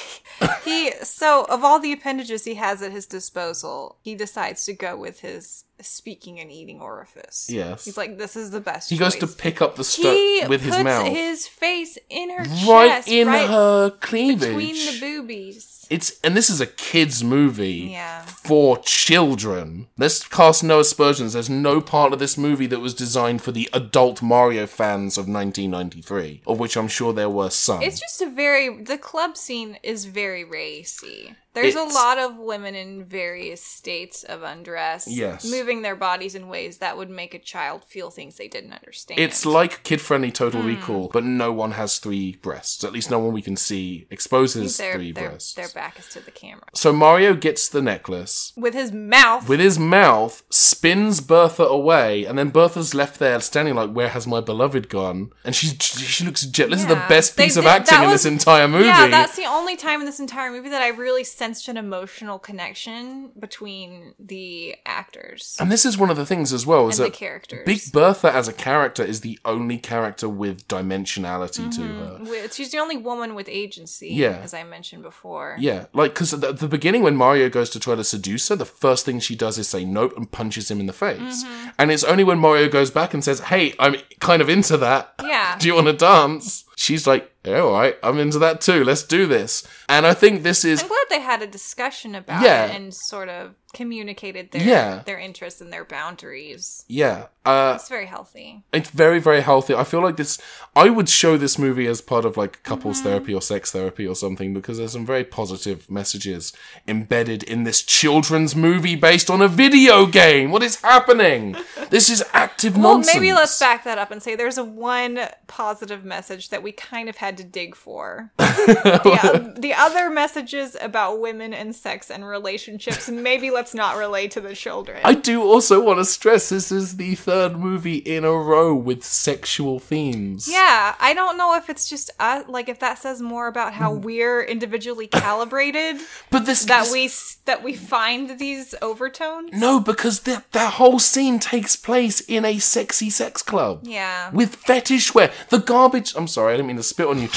S2: he so of all the appendages he has at his disposal, he decides to go with his speaking and eating orifice.
S1: Yes.
S2: He's like, this is the best.
S1: he goes to
S2: choice."
S1: pick up the
S2: he
S1: stuff with his
S2: puts
S1: mouth,
S2: his face in her
S1: right
S2: chest,
S1: in
S2: right
S1: her cleavage.
S2: between the boobies.
S1: it's and this is a kids movie
S2: Yeah.
S1: for children. Let's cast no aspersions. There's no part of this movie that was designed for the adult Mario fans of 1993, of which I'm sure there were some.
S2: It's just a very the club scene is very racy. There's
S1: It's-
S2: a lot of women in various states of undress,
S1: Yes.
S2: moving their bodies in ways that would make a child feel things they didn't understand.
S1: It's like kid friendly Total
S2: Hmm.
S1: Recall, but no one has three breasts. At least no one we can see exposes
S2: their,
S1: three
S2: their,
S1: breasts.
S2: their back is to the camera
S1: so Mario gets the necklace.
S2: with his mouth.
S1: With his mouth, spins Bertha away, and then Bertha's left there standing like, "Where has my beloved gone?" And she she looks jet. This is the
S2: Yeah.
S1: best
S2: They
S1: piece of
S2: did-
S1: acting
S2: that
S1: in
S2: was-
S1: this entire movie.
S2: Yeah, that's the only time in this entire movie that I really sensed an emotional connection between the actors
S1: And this is one of the things as well is
S2: and the
S1: that
S2: characters.
S1: Big Bertha as a character is the only character with dimensionality to
S2: Mm-hmm.
S1: her.
S2: With- She's the only woman with agency,
S1: Yeah.
S2: as I mentioned before.
S1: Yeah, like because at the, the beginning when Mario goes to try to seduce her, the first thing she does is say nope and punches him in the face.
S2: Mm-hmm.
S1: And it's only when Mario goes back and says, "Hey, I'm kind of into that.
S2: Yeah.
S1: do you want to dance?" She's like, "Yeah, all right, I'm into that too. Let's do this." And I think this is
S2: I'm glad they had a discussion about
S1: Yeah.
S2: it and sort of communicated their
S1: Yeah.
S2: their interests and their boundaries.
S1: yeah, uh,
S2: It's very healthy.
S1: it's very very healthy. I feel like this. I would show this movie as part of like couples
S2: Mm-hmm.
S1: therapy or sex therapy or something because there's some very positive messages embedded in this children's movie based on a video game. What is happening? this is active nonsense.
S2: Well, maybe let's back that up and say there's a one positive message that we kind of had to dig for. the, uh, the other messages about women and sex and relationships, maybe let's not relate to the children.
S1: I do also want to stress this is the third movie in a row with sexual themes.
S2: yeah, I don't know if it's just us, like if that says more about how
S1: Mm.
S2: we're individually calibrated
S1: but this
S2: that
S1: this-
S2: we s- that we find these overtones.
S1: no because that that whole scene takes place in a sexy sex club.
S2: Yeah.
S1: with fetish wear. The garbage. I'm sorry, I didn't mean to spit on you.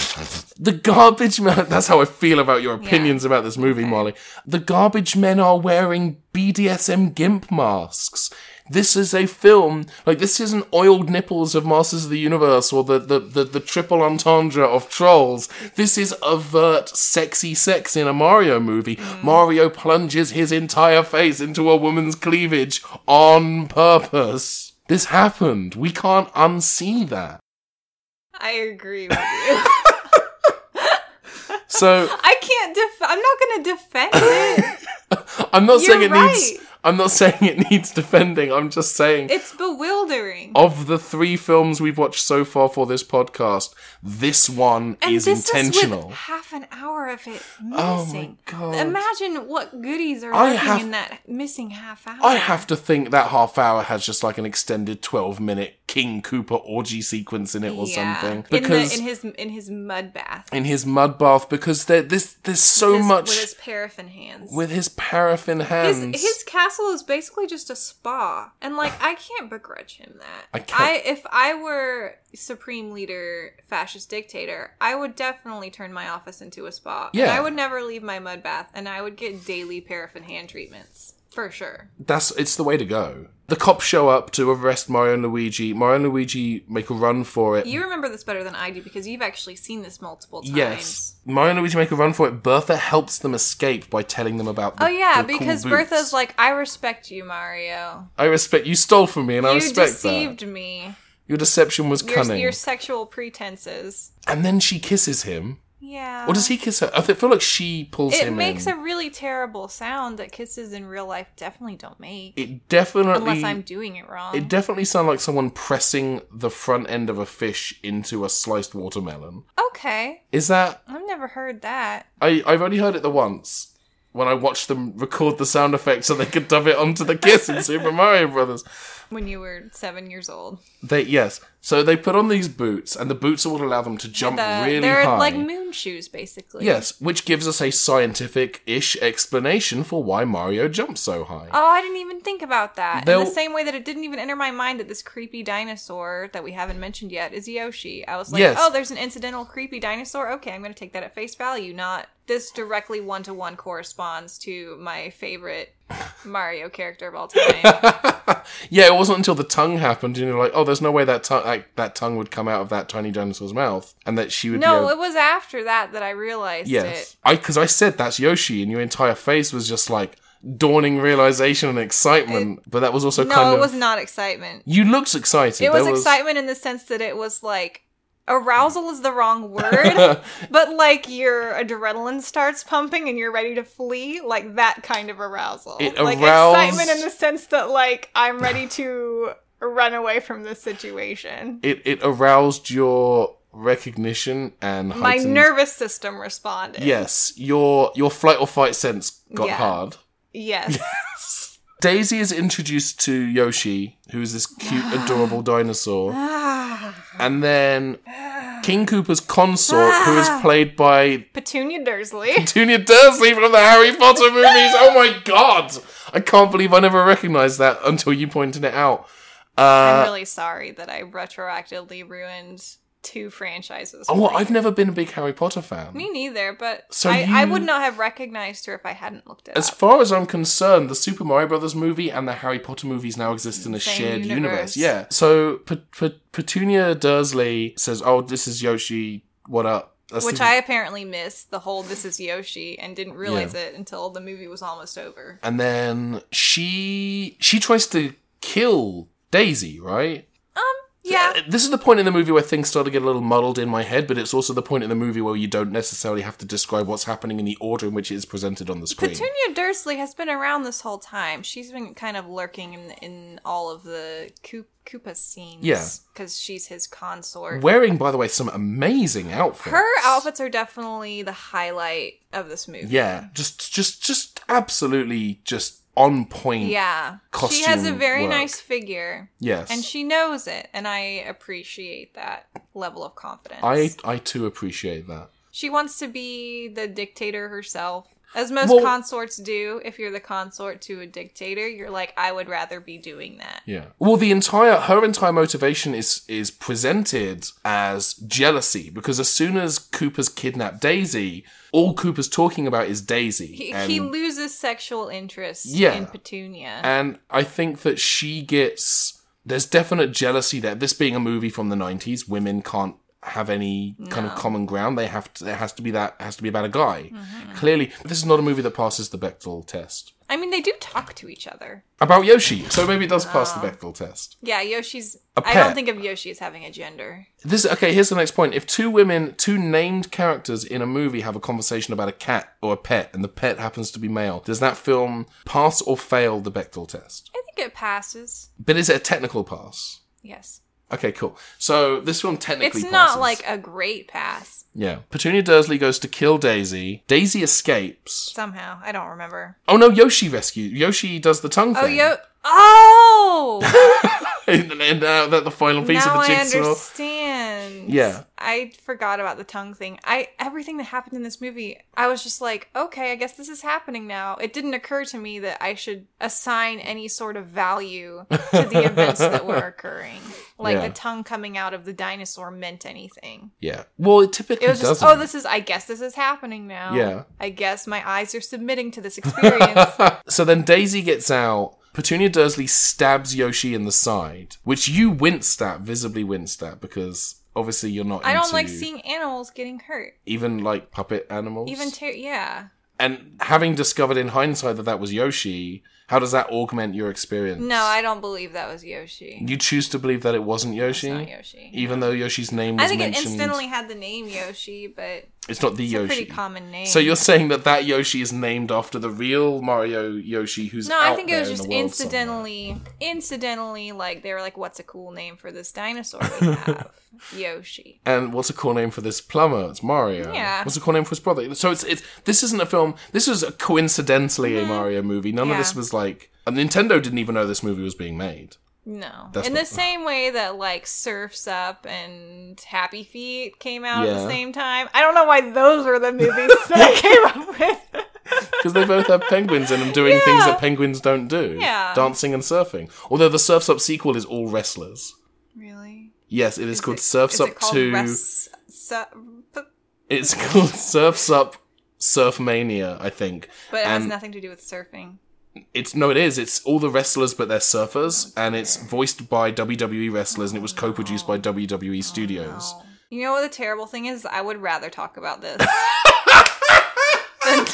S1: The garbage man. That's how I feel about your opinions about this movie, Molly. The garbage men are wearing BDSM gimp masks. This is a film. Like this isn't oiled nipples of Masters of the Universe or the the, the, the triple entendre of trolls. This is overt sexy sex in a Mario movie.
S2: Hmm.
S1: Mario plunges his entire face into a woman's cleavage on purpose. This happened. We can't unsee that.
S2: I agree with you.
S1: So
S2: I can't def- I'm not going to defend it.
S1: I'm not saying
S2: You're
S1: it
S2: right.
S1: needs. I'm not saying it needs defending. I'm just saying
S2: It's bewildering.
S1: of the three films we've watched so far for this podcast, this one
S2: and
S1: is
S2: this is
S1: intentional.
S2: with half an hour of it missing.
S1: Oh my God.
S2: Imagine what goodies are
S1: I
S2: lurking
S1: have-
S2: in that missing half hour.
S1: I have to think that half hour has just like an extended 12 minute King Cooper orgy sequence in it or something. Because
S2: in, the, in his in his mud bath.
S1: in his mud bath, because there, this, there's so
S2: His-
S1: much
S2: with his paraffin hands.
S1: with his paraffin hands.
S2: his, his castle is basically just a spa, and like I can't begrudge him that.
S1: I can't-
S2: I if I were supreme leader, fascist dictator, I would definitely turn my office into a spa. And
S1: Yeah.
S2: I would never leave my mud bath, and I would get daily paraffin hand treatments for sure.
S1: that's it's the way to go. The cops show up to arrest Mario and Luigi. Mario and Luigi make a run for it.
S2: You remember this better than I do because you've actually seen this multiple times.
S1: Yes. Mario and Luigi make a run for it. Bertha helps them escape by telling them about the
S2: Oh yeah,
S1: the cool
S2: because
S1: boots.
S2: Bertha's like, I respect you, Mario.
S1: I respect you stole from me and I
S2: you
S1: respect
S2: deceived
S1: that.
S2: me.
S1: Your deception was
S2: Your,
S1: cunning.
S2: your sexual pretenses.
S1: And then she kisses him.
S2: Yeah.
S1: Or does he kiss her? I th- feel like she pulls
S2: Uh-huh. It
S1: him
S2: makes
S1: in.
S2: a really terrible sound that kisses in real life definitely don't make.
S1: it definitely
S2: unless I'm doing it wrong.
S1: it definitely sounds like someone pressing the front end of a fish into a sliced watermelon.
S2: okay.
S1: Is that
S2: I've never heard that.
S1: I I've only heard it the once when I watched them record the sound effect so they could dub it onto the kiss in Super Mario Brothers.
S2: When you were seven years old.
S1: They yes. So they put on these boots, and the boots would allow them to jump
S2: The-
S1: really
S2: they're
S1: high.
S2: like moon shoes basically.
S1: yes, which gives us a scientific-ish explanation for why Mario jumps so high.
S2: Oh, I didn't even think about that. In
S1: They'll-
S2: the same way that it didn't even enter my mind that this creepy dinosaur that we haven't mentioned yet is Yoshi. I was like,
S1: Yes.
S2: oh, there's an incidental creepy dinosaur. Okay, I'm going to take that at face value. Not this directly one to one corresponds to my favorite Mario character of all time.
S1: yeah, it wasn't until the tongue happened, and you're like, oh, there's no way that tongue like, that tongue would come out of that tiny dinosaur's mouth, and that she would.
S2: no,
S1: be
S2: it was after that that I realized
S1: yes,
S2: it.
S1: I because I said that's Yoshi, and your entire face was just like dawning realization and excitement, but that was also
S2: No,
S1: kind
S2: it
S1: of
S2: was not excitement.
S1: you looked excited.
S2: It was,
S1: There
S2: excitement in the sense that it was like arousal is the wrong word, but like your adrenaline starts pumping and you're ready to flee, like that kind of arousal.
S1: It
S2: like
S1: aroused-
S2: excitement in the sense that like I'm ready to run away from this situation.
S1: It it aroused your recognition and
S2: My
S1: heightened-
S2: nervous system responded.
S1: Yes, your your flight or fight sense got
S2: Yeah.
S1: hard.
S2: Yes.
S1: Daisy is introduced to Yoshi, who is this cute, adorable dinosaur,
S2: Ah.
S1: and then King Cooper's consort, who is
S2: Ah.
S1: played by
S2: Petunia Dursley.
S1: Junior Dursley from the Harry Potter movies. Oh my god! I can't believe I never recognized that until you pointed it out.
S2: I'm
S1: Uh,
S2: really sorry that I retroactively ruined two franchises.
S1: oh,
S2: for
S1: well,
S2: you.
S1: I've never been a big Harry Potter fan.
S2: Me neither, but
S1: So
S2: I, I
S1: you-
S2: would not have recognized her if I hadn't looked at
S1: As far as I'm concerned, the Super Mario Brothers movie and the Harry Potter movies now exist in a
S2: Same
S1: shared universe.
S2: universe.
S1: Yeah. So Pe- Pe- Petunia Dursley says, "Oh, this is Yoshi. What up?" That's
S2: Which
S1: the-
S2: I apparently missed the whole "This is Yoshi" and didn't realize it until the movie was almost over.
S1: And then she she tries to kill Daisy, right?
S2: Um, yeah,
S1: Uh, This is the point in the movie where things start to get a little muddled in my head, but it's also the point in the movie where you don't necessarily have to describe what's happening in the order in which it is presented on the screen.
S2: Petunia Dursley has been around this whole time. She's been kind of lurking in in all of the Koo- Koopa scenes.
S1: Yeah.
S2: because she's his consort.
S1: Wearing, by the way, some amazing outfits.
S2: Her outfits are definitely the highlight of this movie.
S1: Yeah, just just just absolutely just on point.
S2: yeah. She
S1: Costume
S2: has a very
S1: work.
S2: nice figure.
S1: Yes.
S2: And she knows it, and I appreciate that level of confidence.
S1: I I too appreciate that.
S2: She wants to be the dictator herself. As most
S1: Well-
S2: consorts do, if you're the consort to a dictator, you're like, I would rather be doing that.
S1: Yeah. Well, the entire her entire motivation is is presented as jealousy because as soon as Cooper's kidnapped Daisy, all Cooper's talking about is Daisy.
S2: He,
S1: and,
S2: he loses sexual interest
S1: Yeah.
S2: in Petunia.
S1: and I think that she gets there's definite jealousy there. This being a movie from the 90s, women can't have any kind of common ground. They have to. It has to be that has to be about a guy. Clearly, this is not a movie that passes the Bechdel test.
S2: I mean, they do talk to each other.
S1: About Yoshi, so maybe it does pass the Bechdel test.
S2: Yeah, Yoshi's.
S1: A
S2: I don't
S1: pet.
S2: think of Yoshi as having a gender.
S1: This okay. Here's the next point. If two women, two named characters in a movie, have a conversation about a cat or a pet, and the pet happens to be male, does that film pass or fail the Bechdel test?
S2: I think it passes.
S1: But is it a technical pass?
S2: Yes.
S1: Okay, cool. So this film technically
S2: It's not
S1: passes.
S2: like a great pass
S1: yeah. Petunia Dursley goes to kill Daisy. Daisy escapes.
S2: somehow. I don't remember.
S1: Oh no, Yoshi rescues. Yoshi does the tongue
S2: Oh,
S1: thing.
S2: yo. Oh!
S1: and, and uh, that the final piece
S2: now
S1: of the
S2: I
S1: jigsaw.
S2: understand.
S1: Yeah.
S2: I forgot about the tongue thing. I everything that happened in this movie, I was just like, okay, I guess this is happening now. It didn't occur to me that I should assign any sort of value to the events that were occurring. Like
S1: Yeah.
S2: the tongue coming out of the dinosaur meant anything.
S1: Yeah. Well, it typically
S2: It was just,
S1: doesn't.
S2: oh, this is. I guess this is happening now.
S1: Yeah.
S2: I guess my eyes are submitting to this experience.
S1: So then Daisy gets out. Petunia Dursley stabs Yoshi in the side, which you winced at, visibly winced at, because obviously you're not.
S2: I don't
S1: into
S2: like seeing animals getting hurt.
S1: even like puppet animals.
S2: Even ter- yeah.
S1: and having discovered in hindsight that that was Yoshi, how does that augment your experience?
S2: No, I don't believe that was Yoshi.
S1: You choose to believe that it wasn't Yoshi,
S2: It's not Yoshi.
S1: even though Yoshi's name was
S2: I think
S1: mentioned.
S2: it instantly had the name Yoshi, but
S1: it's not the
S2: it's a
S1: Yoshi.
S2: pretty common name.
S1: So you're saying that that Yoshi is named after the real Mario Yoshi, who's
S2: no, I
S1: out
S2: think it was
S1: there in
S2: just
S1: the world somewhere.
S2: incidentally, incidentally, like they were like, "What's a cool name for this dinosaur we have?" Yoshi.
S1: And what's a cool name for this plumber? It's Mario.
S2: Yeah.
S1: What's a cool name for his brother? So it's it's this isn't a film. This was a coincidentally a Mario movie. None of
S2: Mm-hmm. Yeah.
S1: this was like and Nintendo didn't even know this movie was being made.
S2: No,
S1: That's
S2: in
S1: what-
S2: the same way that like Surfs Up and Happy Feet came out at
S1: Yeah.
S2: the same time. I don't know why those were the movies that I came up with.
S1: Because they both have penguins in them doing things
S2: Yeah.
S1: that penguins don't do.
S2: Yeah.
S1: Dancing and surfing. Although the Surf's Up sequel is all wrestlers.
S2: Really?
S1: Yes, it is, called
S2: Is it-
S1: Surf's
S2: is
S1: Up
S2: it called
S1: 2.
S2: Res- Su- but
S1: It's called Surf's Up Surf Mania, I think.
S2: but it has
S1: And-
S2: nothing to do with surfing.
S1: It's no, it is. It's all the wrestlers, but they're surfers, and it's voiced by WWE wrestlers, and it was co-produced by WWE Studios.
S2: Oh. You know what the terrible thing is? I would rather talk about this than,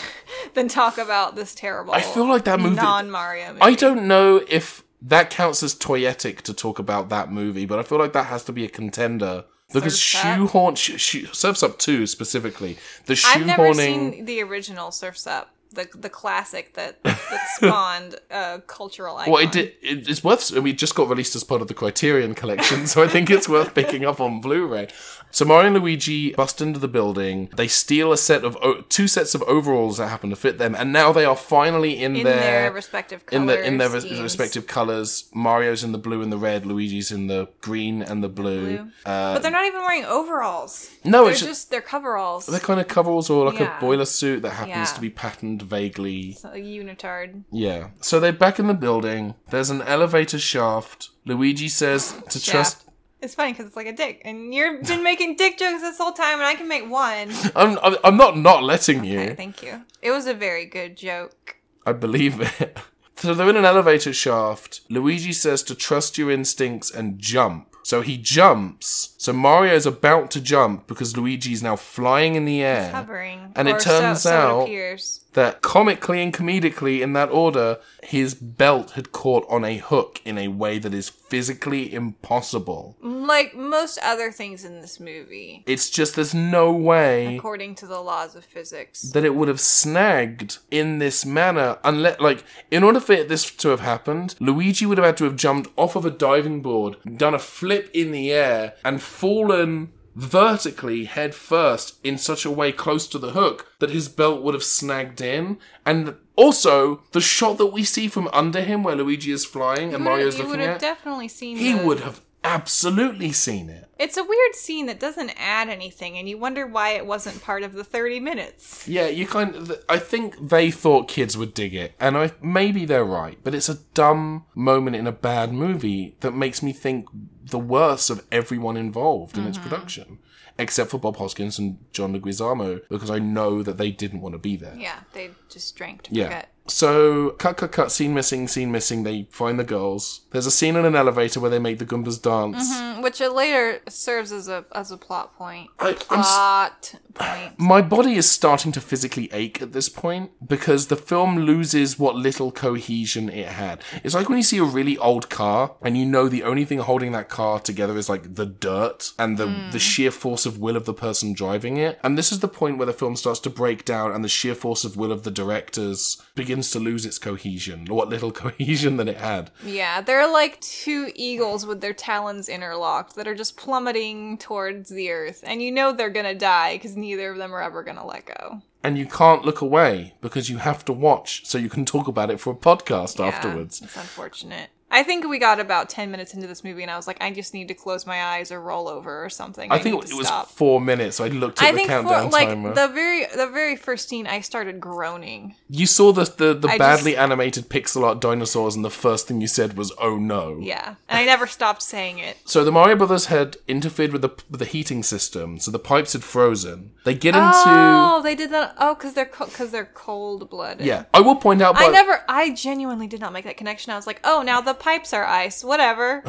S2: than talk about this terrible.
S1: I feel like that movie-
S2: non Mario movie.
S1: I don't know if that counts as toyetic to talk about that movie, but I feel like that has to be a contender because
S2: Surf's Up?
S1: shoehorn sh- sh- Surf's Up Two specifically the
S2: I've never
S1: shoehorning.
S2: seen the original Surfs Up, the the classic that, that spawned a cultural icon.
S1: Well, it did. It, it's worth. I mean, it just got released as part of the Criterion collection, so I think it's worth picking up on Blu-ray. So Mario and Luigi bust into the building. They steal a set of o- two sets of overalls that happen to fit them, and now they are finally in,
S2: in
S1: their,
S2: their, respective colors.
S1: in the in their res-
S2: schemes.
S1: respective colors. Mario's in the blue and the red. Luigi's in the green and the blue.
S2: Blue.
S1: Uh,
S2: But they're not even wearing overalls.
S1: No,
S2: they're
S1: it's
S2: just,
S1: ju-
S2: they're coveralls.
S1: They're kind of coveralls or like
S2: Yeah.
S1: a boiler suit that happens
S2: Yeah.
S1: to be patterned vaguely.
S2: It's a unitard.
S1: Yeah. So they're back in the building. There's an elevator shaft. Luigi says to trust.
S2: Shaft. It's funny because it's like a dick, and you've been making dick jokes this whole time, and I can make one.
S1: I'm, I'm- I'm not not letting
S2: Okay,
S1: you.
S2: thank you. It was a very good joke.
S1: I believe it. So they're in an elevator shaft. Luigi says to trust your instincts and jump. So he jumps. So Mario's about to jump because Luigi's now flying in the air.
S2: Hovering.
S1: And it
S2: Or
S1: turns
S2: so, So
S1: out-
S2: it appears.
S1: that comically and comedically in that order his belt had caught on a hook in a way that is physically impossible
S2: Like most other things in this movie,
S1: it's just there's no way
S2: according to the laws of physics.
S1: that it would have snagged in this manner unless like in order for this to have happened luigi would have had to have jumped off of a diving board done a flip in the air and fallen vertically head first in such a way close to the hook that his belt would have snagged in and also the shot that we see from under him where luigi is flying and
S2: you would
S1: mario's
S2: have- you
S1: looking
S2: would have
S1: at
S2: definitely seen
S1: he
S2: the-
S1: would have absolutely seen it.
S2: It's a weird scene that doesn't add anything, and you wonder why it wasn't part of the 30 minutes.
S1: Yeah, you kind of. I think they thought kids would dig it, and I maybe they're right, but it's a dumb moment in a bad movie that makes me think the worst of everyone involved in
S2: Mm-hmm.
S1: its production, except for Bob Hoskins and John Leguizamo, because I know that they didn't want to be there.
S2: Yeah, they just drank to
S1: Yeah.
S2: forget.
S1: So cut, cut, cut. Scene missing, scene missing. They find the girls. There's a scene in an elevator where they make the Goombas dance.
S2: Mm, Which uh, later serves as a as a plot point.
S1: I- I'm s-
S2: plot point.
S1: My body is starting to physically ache at this point because the film loses what little cohesion it had. It's like when you see a really old car and you know the only thing holding that car together is like the dirt and the, the sheer force of will of the person driving it. And this is the point where the film starts to break down and the sheer force of will of the directors begins to lose its cohesion, what little cohesion that it had.
S2: Yeah, they're like two eagles with their talons interlocked that are just plummeting towards the earth, and you know they're gonna die because neither of them are ever gonna let go.
S1: And you can't look away because you have to watch so you can talk about it for a podcast
S2: Yeah,
S1: afterwards.
S2: it's unfortunate. I think we got about ten minutes into this movie, and I was like, I just need to close my eyes or roll over or something. I,
S1: I think
S2: need
S1: it
S2: to
S1: was
S2: stop.
S1: four minutes. I looked at
S2: I
S1: the
S2: think
S1: countdown
S2: for, like
S1: timer.
S2: the very the very first scene, I started groaning.
S1: you saw the the, the
S2: I
S1: badly
S2: just-
S1: animated pixel art dinosaurs, and the first thing you said was "Oh no!"
S2: Yeah, and I never stopped saying it.
S1: So the Mario Brothers had interfered with the with the heating system, so the pipes had frozen. They get into
S2: Oh, they did that. Oh, because they're because they're cold blooded.
S1: yeah. I will point out, but
S2: I never. I genuinely did not make that connection. I was like, oh, now the pipes are ice. Whatever.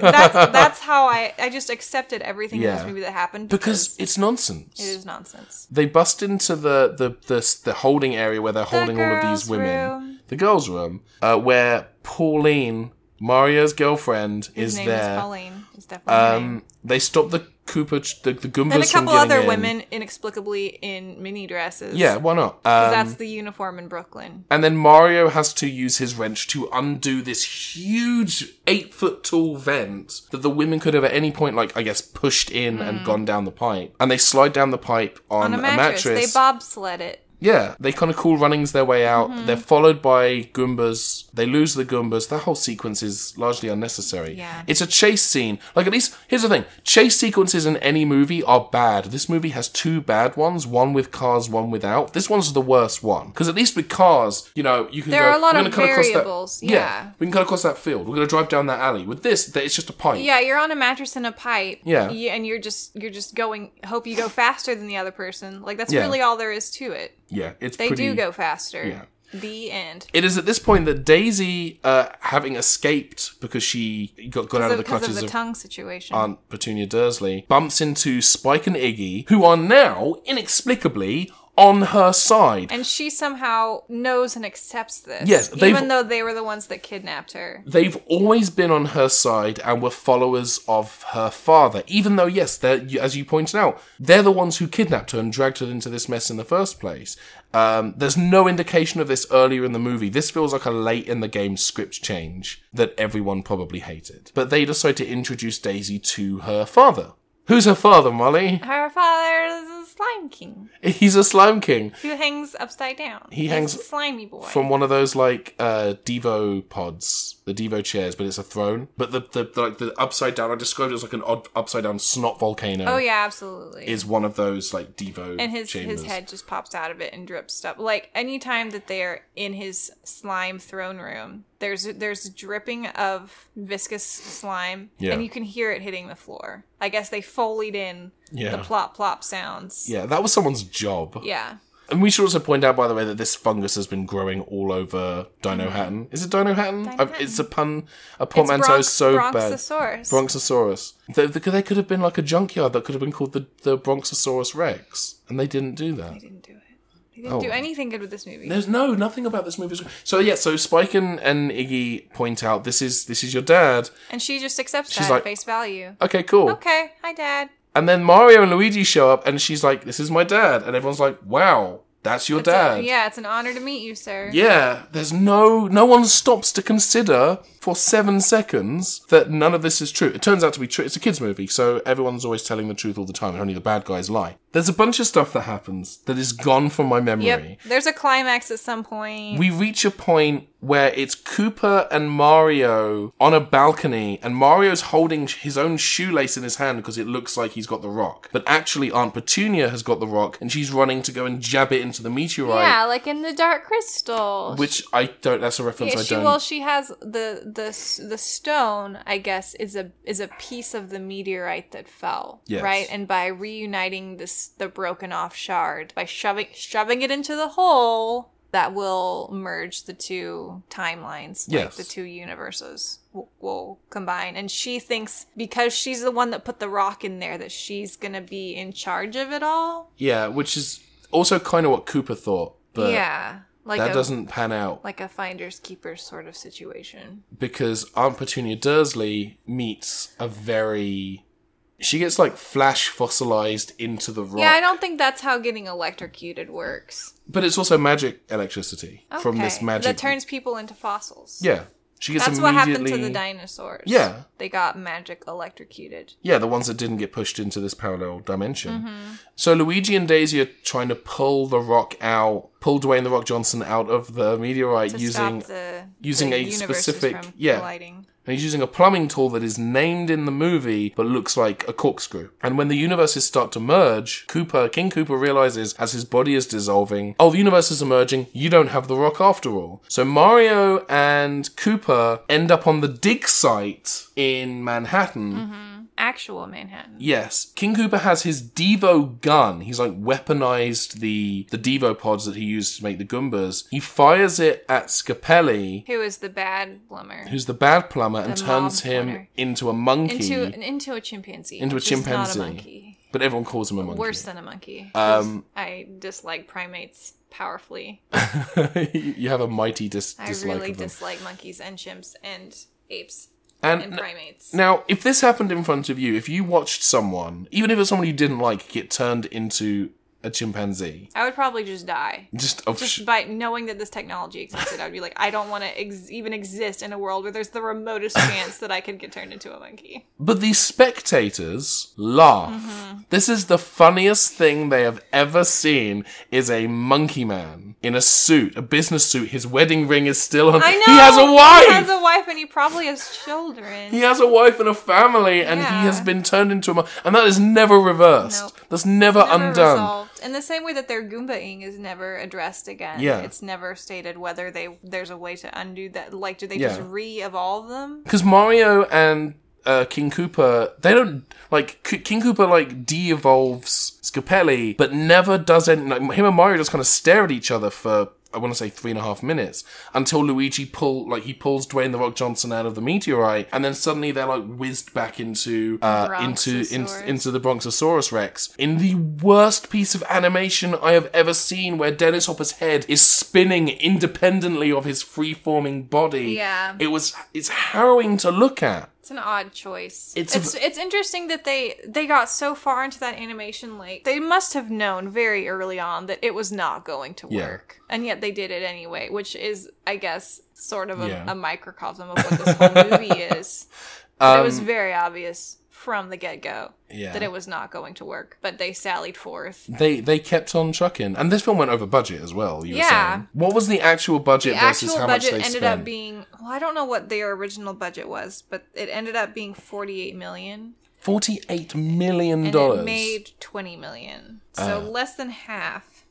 S2: that's that's how I I just accepted everything in
S1: Yeah.
S2: this movie that happened
S1: because it's nonsense.
S2: it is nonsense.
S1: They bust into the the the, the holding area where they're holding all of these
S2: girls'
S1: women,
S2: room.
S1: the girls' room, uh, where Pauline, Mario's girlfriend,
S2: His
S1: is
S2: name
S1: there.
S2: is Pauline. It's definitely her name.
S1: Um, they stop the Cooper, ch- the, the Goombas
S2: And a
S1: from
S2: couple
S1: getting
S2: other
S1: in.
S2: women inexplicably in mini dresses.
S1: Yeah, why not?
S2: Because
S1: Um,
S2: that's the uniform in Brooklyn.
S1: and then Mario has to use his wrench to undo this huge eight foot tall vent that the women could have at any point, like, I guess, pushed in and gone down the pipe. And they slide down the pipe on,
S2: Hmm. On a mattress. They bobsled it.
S1: yeah, they kind of cool runnings their way out.
S2: Mm-hmm.
S1: They're followed by Goombas. They lose the Goombas. That whole sequence is largely unnecessary.
S2: Yeah.
S1: It's a chase scene. Like, at least, here's the thing chase sequences in any movie are bad. This movie has two bad ones one with cars, one without. This one's the worst one. Because at least with cars, you know, you can
S2: There
S1: go,
S2: are a lot
S1: "We're gonna
S2: of
S1: cut across that-
S2: variables, yeah.
S1: We can cut across that field. We're going to drive down that alley. With this, that it's just a pipe.
S2: Yeah, you're on a mattress and a pipe.
S1: Yeah.
S2: Y- and you're just you're just going. Hope you go faster than the other person. Like that's
S1: Yeah.
S2: really all there is to it.
S1: Yeah, it's
S2: They
S1: pretty.
S2: do go faster.
S1: yeah.
S2: The end.
S1: It is at this point that Daisy, uh, having escaped because she got, got out of the
S2: Because of
S1: clutches
S2: the
S1: of
S2: tongue situation.
S1: Aunt Petunia Dursley bumps into Spike and Iggy, who are now inexplicably on her side.
S2: and she somehow knows and accepts this.
S1: Yes, they've-
S2: Even though they were the ones that kidnapped her.
S1: They've always been on her side and were followers of her father, even though, yes, they're, you- as you pointed out, they're the ones who kidnapped her and dragged her into this mess in the first place. Um, there's no indication of this earlier in the movie. This feels like a late in the game script change that everyone probably hated. But they decide to introduce Daisy to her father. Who's her father, Molly?
S2: Her father is a slime king
S1: He's a slime king.
S2: who hangs upside down.
S1: He hangs
S2: He's a slimy boy.
S1: from one of those like uh devo pods the devo chairs but it's a throne but the, the, the like the upside down i described it as like an odd upside down snot volcano
S2: oh yeah, absolutely.
S1: is one of those like devo
S2: and his
S1: chambers.
S2: his head just pops out of it and drips stuff. Like anytime that they're in his slime throne room, there's there's dripping of viscous slime,
S1: Yeah.
S2: and you can hear it hitting the floor. I guess they foleyed in
S1: Yeah.
S2: the plop plop sounds.
S1: yeah that was someone's job
S2: Yeah.
S1: and we should also point out by the way that this fungus has been growing all over dino
S2: Mm-hmm.
S1: hatton is it dino hatton I've-
S2: Hatton.
S1: it's a pun a portmanteau
S2: Bronx-
S1: so bad
S2: Bronchosaurus.
S1: Bronchosaurus. They, they, they could have been like a junkyard that could have been called the, the Bronchosaurus Rex, and they didn't do that.
S2: They didn't do it. They didn't do anything good with this movie.
S1: Oh. There's no nothing about this movie. is- So yeah, so Spike and, and Iggy point out this is this is your dad.
S2: and she just accepts that
S1: like- "Oh,
S2: at face value.
S1: Okay, cool.
S2: Okay, hi dad.
S1: And then Mario and Luigi show up, and she's like, "This is my dad," and everyone's like, "Wow, that's your
S2: It's a-
S1: dad."
S2: yeah, it's an honor to meet you, sir.
S1: Yeah, there's no no one stops to consider for seven seconds that none of this is true. It turns out to be true. It's a kids' movie, so everyone's always telling the truth all the time, and only the bad guys lie. There's a bunch of stuff that happens that is gone from my memory.
S2: Yep. There's a climax at some point.
S1: we reach a point where it's Cooper and Mario on a balcony, and Mario's holding his own shoelace in his hand because it looks like he's got the rock. But actually, Aunt Petunia has got the rock, and she's running to go and jab it into the meteorite.
S2: yeah, like in the Dark Crystal.
S1: Which I don't. That's a reference
S2: yeah,
S1: I
S2: she,
S1: don't.
S2: well, she has the the s- the stone. I guess is a is a piece of the meteorite that fell,
S1: Yes.
S2: right? And by reuniting this the broken off shard by shoving shoving it into the hole, that will merge the two timelines, like
S1: Yes.
S2: the two universes will, will combine. And she thinks because she's the one that put the rock in there, that she's gonna be in charge of it all.
S1: yeah, which is also kind of what Cooper thought, but
S2: yeah, like
S1: that
S2: a,
S1: doesn't pan out
S2: like a finder's keeper's sort of situation.
S1: because Aunt Petunia Dursley meets a very. She gets like flash fossilized into the rock.
S2: Yeah, I don't think that's how getting electrocuted works.
S1: But it's also magic electricity from this
S2: Okay.
S1: magic.
S2: that turns people into fossils.
S1: Yeah, she gets
S2: that's what
S1: immediately.
S2: happened to the dinosaurs.
S1: Yeah.
S2: they got magic electrocuted.
S1: yeah, the ones that didn't get pushed into this parallel dimension.
S2: Mm-hmm.
S1: So Luigi and Daisy are trying to pull the rock out, pull Dwayne the Rock Johnson out of the meteorite
S2: To
S1: using,
S2: stop the
S1: using
S2: the
S1: a
S2: universes
S1: specific-
S2: from
S1: yeah.
S2: colliding.
S1: and he's using a plumbing tool that is named in the movie but looks like a corkscrew. And when the universes start to merge, Cooper, King Cooper realizes as his body is dissolving, oh, the universe is merging. You don't have the rock after all. So Mario and Cooper end up on the dig site in Manhattan.
S2: Mm-hmm. Actual Manhattan.
S1: Yes, King Cooper has his Devo gun. He's like weaponized the the Devo pods that he used to make the Goombas. He fires it at Scapelli,
S2: Who is the bad plumber?
S1: who's the bad plumber, and
S2: The
S1: turns
S2: mob
S1: him
S2: plumber.
S1: into a monkey.
S2: into into a chimpanzee.
S1: Into a
S2: which is
S1: chimpanzee.
S2: Not a monkey.
S1: but everyone calls him a monkey.
S2: Worse than a monkey. 'cause
S1: Um,
S2: I dislike primates powerfully.
S1: you have a mighty dis-
S2: I
S1: dislike
S2: really
S1: of them. Uh,
S2: dislike monkeys and chimps and apes
S1: and
S2: and primates.
S1: Now, if this happened in front of you, if you watched someone, even if it's someone you didn't like, get turned into a chimpanzee,
S2: I would probably just die.
S1: just of sh-
S2: Just by knowing that this technology existed, I'd be like, I don't want to ex- even exist in a world where there's the remotest chance that I could get turned into a monkey.
S1: But the spectators laugh.
S2: Mm-hmm.
S1: This is the funniest thing they have ever seen is a monkey man in a suit, a business suit. His wedding ring is still on.
S2: I know
S1: He has a
S2: He has
S1: wife.
S2: a wife, and he probably has children.
S1: He has a wife and a family, and
S2: Yeah.
S1: he has been turned into a monkey. And that is never reversed.
S2: Nope.
S1: That's never,
S2: Never
S1: undone.
S2: resolved. In the same way that their Goombaing is never addressed again.
S1: Yeah.
S2: It's never stated whether they there's a way to undo that. Like, do they
S1: Yeah.
S2: just re-evolve them?
S1: Because Mario and uh, King Cooper, they don't like K- King Cooper like de-evolves Scapelli, but never does any. Like, him and Mario just kind of stare at each other for I want to say three and a half minutes until Luigi pull like he pulls Dwayne the Rock Johnson out of the meteorite, and then suddenly they're like whizzed back into uh, into in,
S2: Bronchosaurus.
S1: into the Bronchosaurus Rex in the worst piece of animation I have ever seen, where Dennis Hopper's head is spinning independently of his free-forming body.
S2: Yeah.
S1: It was it's harrowing to look at.
S2: It's an odd choice.
S1: It's
S2: It's
S1: a-
S2: it's, interesting that they they got so far into that animation late. They must have known very early on that it was not going to
S1: Yeah.
S2: work, and yet they did it anyway, which is, I guess, sort of a,
S1: Yeah.
S2: a microcosm of what this whole movie is. But it was very obvious from the get go
S1: Um, Yeah.
S2: that it was not going to work, but they sallied forth.
S1: They they kept on chucking. And this film went over budget as well, you
S2: Yeah.
S1: were saying. What was the actual budget
S2: The
S1: versus
S2: actual
S1: how
S2: budget
S1: much they
S2: ended
S1: spent?
S2: up being well, I don't know what their original budget was, but it ended up being forty eight million.
S1: Forty eight million
S2: and
S1: dollars. Ah.
S2: it made 20 million so less than half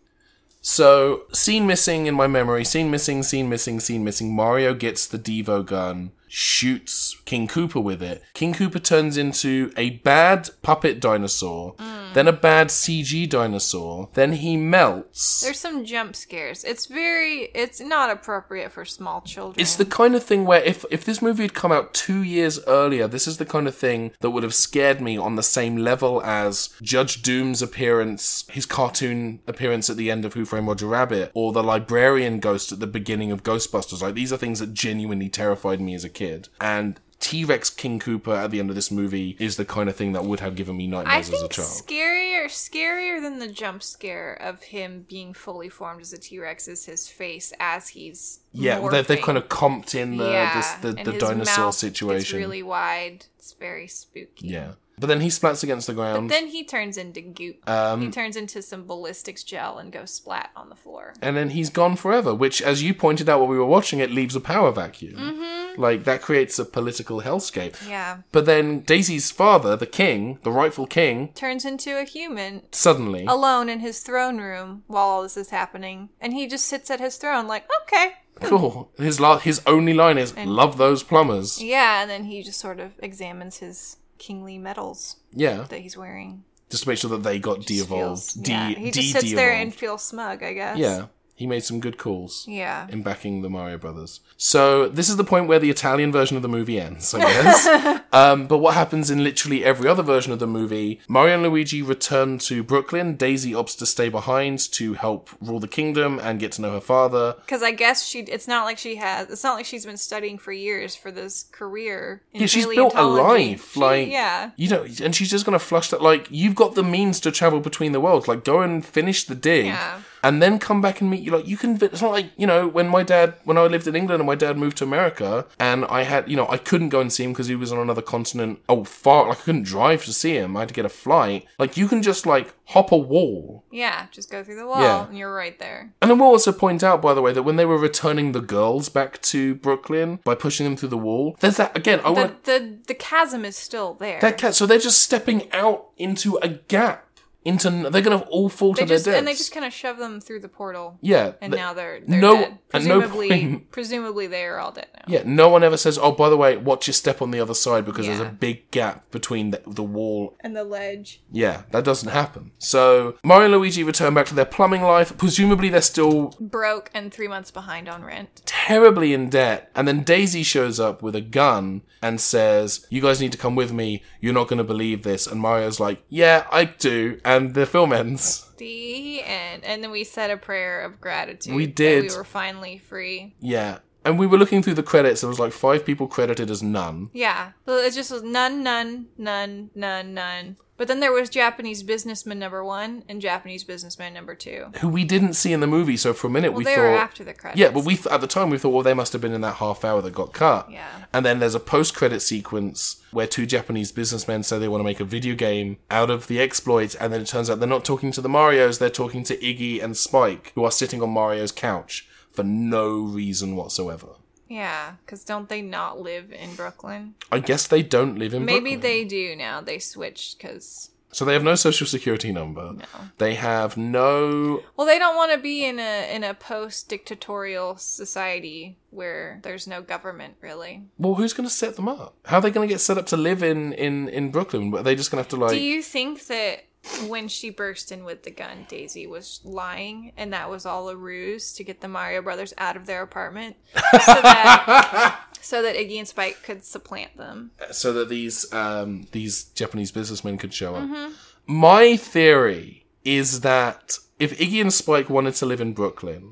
S1: So scene missing in my memory, scene missing, scene missing, scene missing. Mario gets the Devo gun, shoots King Cooper with it. King Cooper turns into a bad puppet dinosaur, then a bad CG dinosaur, then he melts.
S2: there's some jump scares it's very it's not appropriate for small children
S1: It's the kind of thing where if if this movie had come out two years earlier, this is the kind of thing that would have scared me on the same level as Judge Doom's appearance, his cartoon appearance at the end of Who Framed Roger Rabbit, or the librarian ghost at the beginning of Ghostbusters. Like these are things that genuinely terrified me as a kid, and. T Rex King Cooper at the end of this movie is the kind of thing that would have given me
S2: I
S1: nightmares as a
S2: think
S1: child.
S2: scarier, scarier than the jump scare of him being fully formed as a T Rex is his face as he's
S1: Yeah, they- they've
S2: morphing.
S1: kind of comped in the
S2: yeah,
S1: uh, this, the,
S2: and
S1: the
S2: his
S1: dinosaur
S2: mouth gets
S1: situation.
S2: really wide. It's very spooky.
S1: Yeah. But then he splats against the ground.
S2: Then he turns into goop.
S1: Um,
S2: he turns into some ballistics gel and goes splat on the floor.
S1: and then he's gone forever, which, as you pointed out while we were watching it, leaves a power vacuum.
S2: Mm-hmm.
S1: Like, that creates a political hellscape.
S2: Yeah.
S1: But then Daisy's father, the king, the rightful king,
S2: Turns into a human
S1: suddenly.
S2: alone in his throne room while all this is happening. And he just sits at his throne, like, okay.
S1: Cool. oh, His, la- his only line is, love those plumbers.
S2: Yeah. And then he just sort of examines his kingly medals
S1: Yeah.
S2: that he's wearing.
S1: Just to make sure that they got de
S2: Just feels-
S1: evolved. De-
S2: yeah, He just
S1: de-
S2: sits there
S1: de-evolved.
S2: and feels smug, I guess.
S1: Yeah. He made some good calls.
S2: Yeah.
S1: in backing the Mario Brothers. So this is the point where the Italian version of the movie ends, I guess. um, but what happens in literally every other version of the movie? Mario and Luigi return to Brooklyn. Daisy opts to stay behind to help rule the kingdom and get to know her father.
S2: Because I guess she, it's not like she has, it's not like she's been studying for years for this career. In
S1: Yeah, she's built a
S2: paleontology.
S1: life,
S2: She-
S1: like
S2: yeah.
S1: you know, and she's just gonna flush that. Like you've got the means to travel between the worlds. Like go and finish the dig,
S2: Yeah.
S1: and then come back and meet you. Like you can. It's not like you know when my dad when I lived in England and my dad moved to America and I had you know I couldn't go and see him because he was on another continent. Oh far, like I couldn't drive to see him. I had to get a flight. Like you can just like hop a wall
S2: Yeah. Just go through the wall
S1: Yeah.
S2: and you're right there.
S1: and I will also point out, by the way, that when they were returning the girls back to Brooklyn by pushing them through the wall, there's that again. I want
S2: The, the, the chasm is still there.
S1: that cat. So they're just stepping out into a gap. Into they're gonna all fall
S2: they
S1: to their
S2: just,
S1: deaths.
S2: and they just kind of shove them through the portal.
S1: yeah.
S2: And
S1: th-
S2: now they're, they're
S1: no-
S2: dead.
S1: at no
S2: Presumably,
S1: point-
S2: presumably they are all dead now.
S1: yeah. No one ever says, "Oh, by the way, watch your step on the other side because there's
S2: Yeah.
S1: a big gap between the, the wall."
S2: And the ledge.
S1: Yeah, that doesn't happen. So Mario and Luigi return back to their plumbing life. Presumably, they're still
S2: Broke and three months behind on rent.
S1: terribly in debt. And then Daisy shows up with a gun and says, You guys need to come with me. You're not going to believe this. And Mario's like, Yeah, I do. And the film ends.
S2: The end. And then we said a prayer of gratitude.
S1: We
S2: that
S1: did.
S2: we were finally free.
S1: Yeah. And we were looking through the credits. There was like five people credited as none.
S2: Yeah. So it just was none, none, none, none, none. But then there was Japanese businessman number one and Japanese businessman number two.
S1: Who we didn't see in the movie, so for a minute
S2: Well,
S1: we
S2: they
S1: thought,
S2: were after the credits.
S1: yeah, but we th- at the time we thought, well, they must have been in that half hour that got cut.
S2: Yeah.
S1: And then there's a post-credit sequence where two Japanese businessmen say they want to make a video game out of the exploits, and then it turns out they're not talking to the Mario's, they're talking to Iggy and Spike, who are sitting on Mario's couch for no reason whatsoever.
S2: Yeah. Because don't they not live in Brooklyn?
S1: I guess they don't live in
S2: Maybe
S1: Brooklyn.
S2: they do now. They switched because.
S1: so they have no social security number. They have no
S2: Well, they don't want to be in a in a post dictatorial society where there's no government really.
S1: Well, who's going to set them up? How are they going to get set up to live in in in Brooklyn? Are they just going to have to like
S2: Do you think that when she burst in with the gun, Daisy was lying, and that was all a ruse to get the Mario Brothers out of their apartment, so that so that Iggy and Spike could supplant them?
S1: so that these um, these Japanese businessmen could show up.
S2: Mm-hmm.
S1: My theory is that if Iggy and Spike wanted to live in Brooklyn,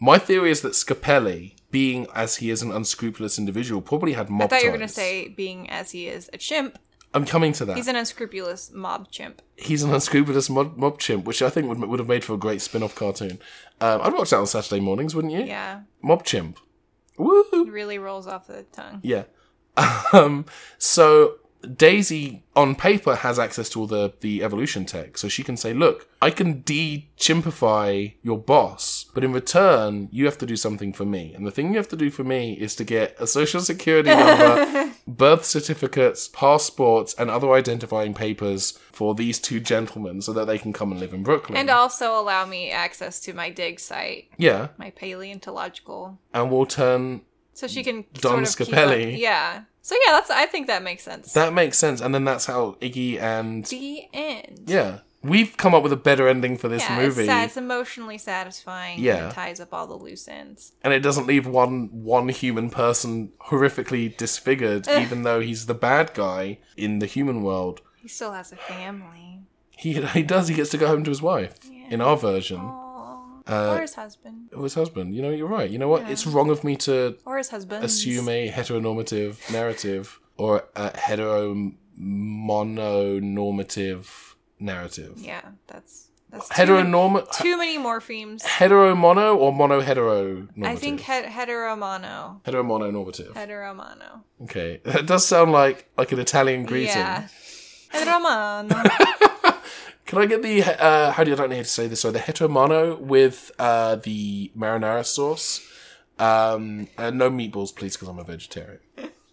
S1: my theory is that Scapelli, being as he is an unscrupulous individual, probably had mob
S2: I thought you were
S1: going
S2: gonna say, being as he is a chimp,
S1: I'm coming to that.
S2: he's an unscrupulous mob chimp.
S1: he's an unscrupulous mob, mob chimp, which I think would would have made for a great spin off cartoon. Um, I'd watch that on Saturday mornings, wouldn't you?
S2: Yeah,
S1: Mob chimp. Woo!
S2: it really rolls off the tongue.
S1: Yeah. Um, so Daisy, on paper, has access to all the, the evolution tech. So she can say, look, I can de chimpify your boss, but in return, you have to do something for me. And the thing you have to do for me is to get a social security number, birth certificates, passports, and other identifying papers for these two gentlemen so that they can come and live in Brooklyn.
S2: And uh, also allow me access to my dig site,
S1: yeah.
S2: my paleontological,
S1: And we'll turn
S2: so she can
S1: Don
S2: sort of keep
S1: Scapelli.
S2: up- Yeah. So yeah, that's I think that makes sense.
S1: that makes sense. And then that's how Iggy and
S2: the end.
S1: Yeah. We've come up with a better ending for this
S2: yeah,
S1: movie.
S2: It's, sad. it's emotionally satisfying.
S1: Yeah.
S2: and it ties up all the loose ends.
S1: And it doesn't leave one one human person horrifically disfigured,
S2: Eh.
S1: even though he's the bad guy in the human world.
S2: He still has a family.
S1: He he does, he gets to go home to his wife. In our version.
S2: Aww.
S1: Uh,
S2: or his husband.
S1: Or his husband. You know, you're right. You know what? It's wrong of me to
S2: Or his husband.
S1: assume a heteronormative narrative or a hetero mononormative narrative.
S2: Yeah, that's that's too many,
S1: Heteronorm
S2: too many morphemes.
S1: hetero mono or mono hetero
S2: I think he- heteromono.
S1: hetero mono normative.
S2: Heteromono.
S1: Okay, that does sound like like an Italian greeting.
S2: Yeah. El Romano.
S1: Can I get the uh, how do you I don't know how to say this? So the hetomano with uh, the marinara sauce. Um, uh, no meatballs, please, because I'm a vegetarian.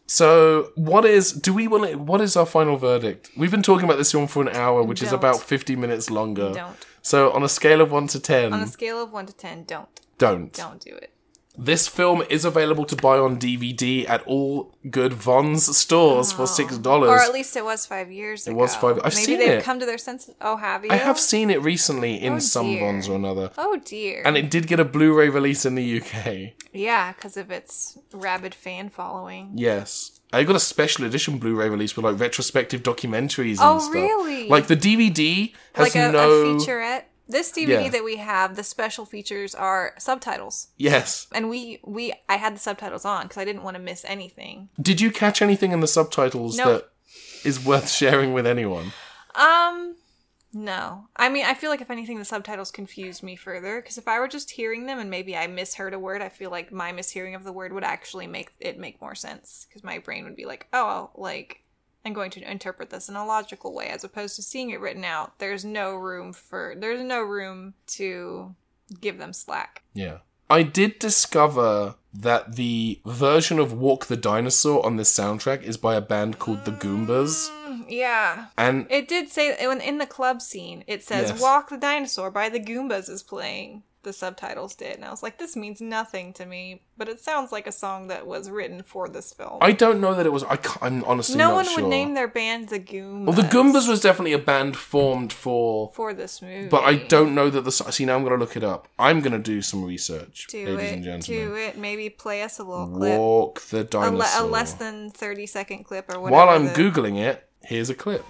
S1: So what is do we want? to What is our final verdict? We've been talking about this film for an hour, which is
S2: Don't.
S1: about 50 minutes longer.
S2: Don't.
S1: So on a scale of one to 10
S2: On a scale of 1 to 10, don't.
S1: don't.
S2: Don't do it.
S1: This film is available to buy on DVD at all good Vons stores for six dollars.
S2: Uh-huh. Or at least it was five years ago. It
S1: was five- I've
S2: Maybe
S1: seen
S2: they've
S1: it.
S2: come to their senses. Oh, have you?
S1: I have seen it recently in
S2: Oh,
S1: some
S2: dear.
S1: Vons or another.
S2: Oh, dear.
S1: And it did get a Blu-ray release in the UK.
S2: yeah, because of its rabid fan following.
S1: Yes. I got a special edition Blu-ray release with like retrospective documentaries and
S2: Oh,
S1: stuff.
S2: really?
S1: Like the DVD has
S2: like a,
S1: no
S2: a featurette. This DVD
S1: Yeah.
S2: that we have, the special features are subtitles.
S1: Yes.
S2: And we, we I had the subtitles on because I didn't want to miss anything.
S1: Did you catch anything in the subtitles
S2: Nope.
S1: that is worth sharing with anyone?
S2: Um, no. I mean, I feel like if anything, the subtitles confused me further because if I were just hearing them and maybe I misheard a word, I feel like my mishearing of the word would actually make it make more sense because my brain would be like, oh, like I'm going to interpret this in a logical way as opposed to seeing it written out. There's no room for there's no room to give them slack.
S1: Yeah. I did discover that the version of Walk the Dinosaur on this soundtrack is by a band called The Goombas.
S2: Mm, yeah.
S1: And
S2: It did say in in the club scene. It says
S1: Yes.
S2: "Walk the Dinosaur" by the Goombas is playing. The subtitles did, and I was like, "This means nothing to me," but it sounds like a song that was written for this film.
S1: I don't know that it was. I can't, I'm honestly
S2: no
S1: not
S2: one
S1: sure.
S2: would name their band the Goombas.
S1: well, the Goombas was definitely a band formed for,
S2: for this movie,
S1: but I don't know that the. so- See, now I'm going to look it up. I'm going to do some research,
S2: do
S1: ladies
S2: it.
S1: and
S2: Do
S1: gentlemen.
S2: it. Maybe play us a little clip,
S1: Walk the
S2: a, le-
S1: dinosaur.
S2: a less than thirty second clip or whatever.
S1: While I'm
S2: the-
S1: googling it, here's a clip.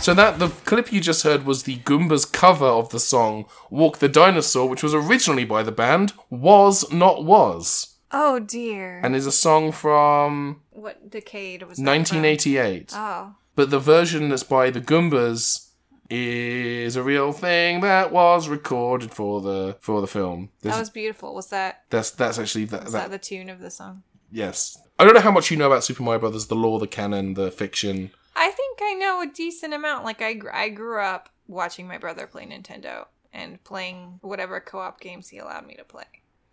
S1: So that the clip you just heard was the Goombas cover of the song "Walk the Dinosaur," which was originally by the band Was Not Was,
S2: oh dear,
S1: and is a song from
S2: what decade was that from?
S1: 1988.
S2: Oh,
S1: But the version that's by the Goombas is a real thing that was recorded for the for the film. This-
S2: that was beautiful. Was that
S1: that's that's actually that, that,
S2: was that the tune of the song?
S1: yes. I don't know how much you know about Super Mario Brothers, the lore, the canon, the fiction.
S2: I think I know a decent amount. Like I, gr- I grew up watching my brother play Nintendo and playing whatever co-op games he allowed me to play.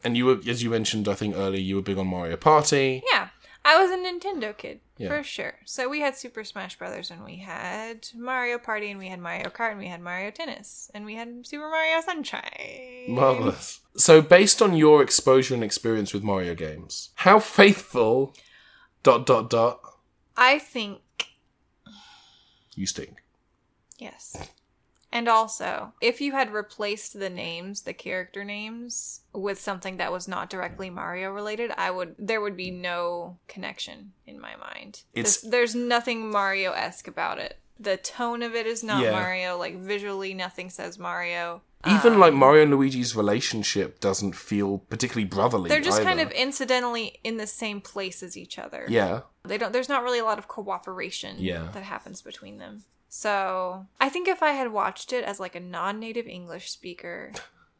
S1: And you were, as you mentioned, I think earlier, you were big on Mario Party.
S2: Yeah, I was a Nintendo kid
S1: Yeah.
S2: for sure. So we had Super Smash Brothers and we had Mario Party and we had Mario Kart and we had Mario Tennis and we had Super Mario Sunshine.
S1: Marvelous. So, based on your exposure and experience with Mario games, how faithful dot dot dot
S2: I think
S1: you stink?
S2: Yes. And also, if you had replaced the names, the character names, with something that was not directly Mario related, I would there would be no connection in my mind.
S1: It's-
S2: This- there's nothing Mario esque about it. The tone of it is not
S1: Yeah.
S2: Mario. Like visually, nothing says Mario.
S1: Even
S2: Um,
S1: like Mario and Luigi's relationship doesn't feel particularly brotherly.
S2: they're just kind
S1: either.
S2: of incidentally in the same place as each other.
S1: yeah.
S2: They don't. There's not really a lot of cooperation
S1: Yeah.
S2: that happens between them. So I think if I had watched it as like a non-native English speaker,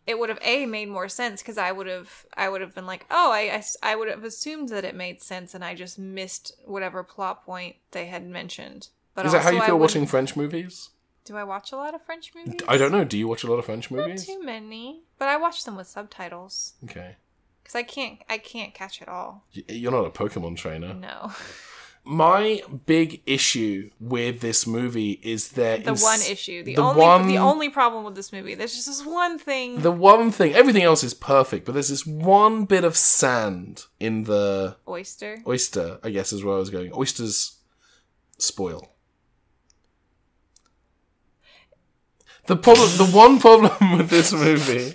S2: it would have a made more sense because I would have I would have been like, oh, I, I s- I would have assumed that it made sense, and I just missed whatever plot point they had mentioned. But
S1: Is that how
S2: also
S1: you
S2: I
S1: feel
S2: wouldn't-
S1: watching French movies?
S2: Do I watch a lot of French movies?
S1: I don't know. Do you watch a lot of French
S2: Not
S1: movies?
S2: too many, but I watch them with subtitles
S1: Okay.
S2: because I can't I can't catch it all.
S1: Y- You're not a Pokemon trainer.
S2: No,
S1: My big issue with this movie is that
S2: the one issue, the,
S1: the
S2: only
S1: one-
S2: the only problem with this movie, there's just this one thing.
S1: The one thing, everything else is perfect, but there's this one bit of sand in the
S2: oyster.
S1: oyster, I guess is where I was going. Oysters spoil. The problem, the one problem with this movie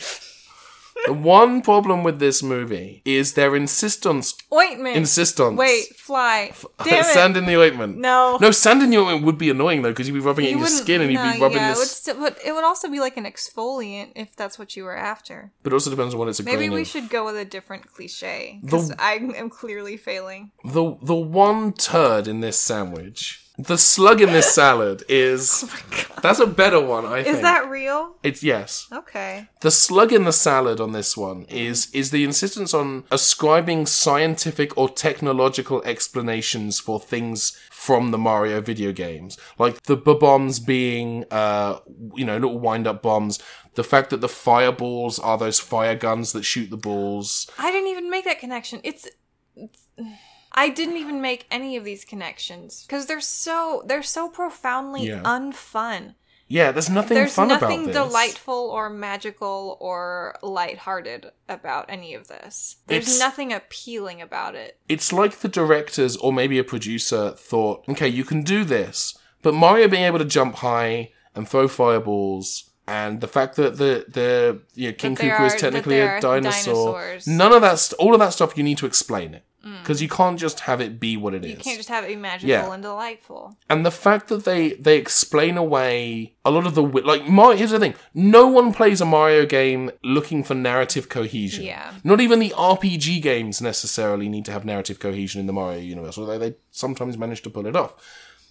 S1: The one problem with this movie is their insistence
S2: Ointment.
S1: insistence
S2: Wait, fly. Damn it.
S1: sand in the ointment.
S2: No.
S1: No, sand in the ointment would be annoying though, because you'd be rubbing it
S2: You
S1: in your
S2: wouldn't-
S1: skin and you'd be
S2: no,
S1: rubbing
S2: yeah,
S1: your
S2: it would
S1: s-
S2: still- but it would also be like an exfoliant if that's what you were after.
S1: But it also depends on what it's a
S2: Maybe
S1: grain
S2: we
S1: of.
S2: should go with a different cliche because
S1: The-
S2: I am clearly failing.
S1: The the one turd in this sandwich. The slug in this salad is that's a better one, I think.
S2: Oh Is that real?
S1: it's yes.
S2: Okay.
S1: The slug in the salad on this one is is the insistence on ascribing scientific or technological explanations for things from the Mario video games, like the bombs being, uh, you know, little wind up bombs. The fact that the fireballs are those fire guns that shoot the balls.
S2: I didn't even make that connection. It's. I didn't even make any of these connections because they're so they're so profoundly
S1: Yeah.
S2: unfun.
S1: Yeah, there's nothing
S2: There's
S1: fun
S2: nothing
S1: about this.
S2: delightful or magical or lighthearted about any of this. There's
S1: It's-
S2: nothing appealing about it.
S1: It's like the directors or maybe a producer thought, okay, you can do this, but Mario being able to jump high and throw fireballs, and the fact that the the you know, King
S2: That there
S1: Koopa is
S2: are- that
S1: technically
S2: there
S1: a
S2: are
S1: dinosaur,
S2: dinosaurs. Mm.
S1: none of that, st- all of that stuff, you need to explain it because you can't just have it be what it is.
S2: You can't just have it be magical
S1: Yeah.
S2: and delightful.
S1: And the fact that they they explain away a lot of the wi- like Mario. Here's the thing: no one plays a Mario game looking for narrative cohesion.
S2: Yeah.
S1: Not even the RPG games necessarily need to have narrative cohesion in the Mario universe, although they sometimes manage to pull it off.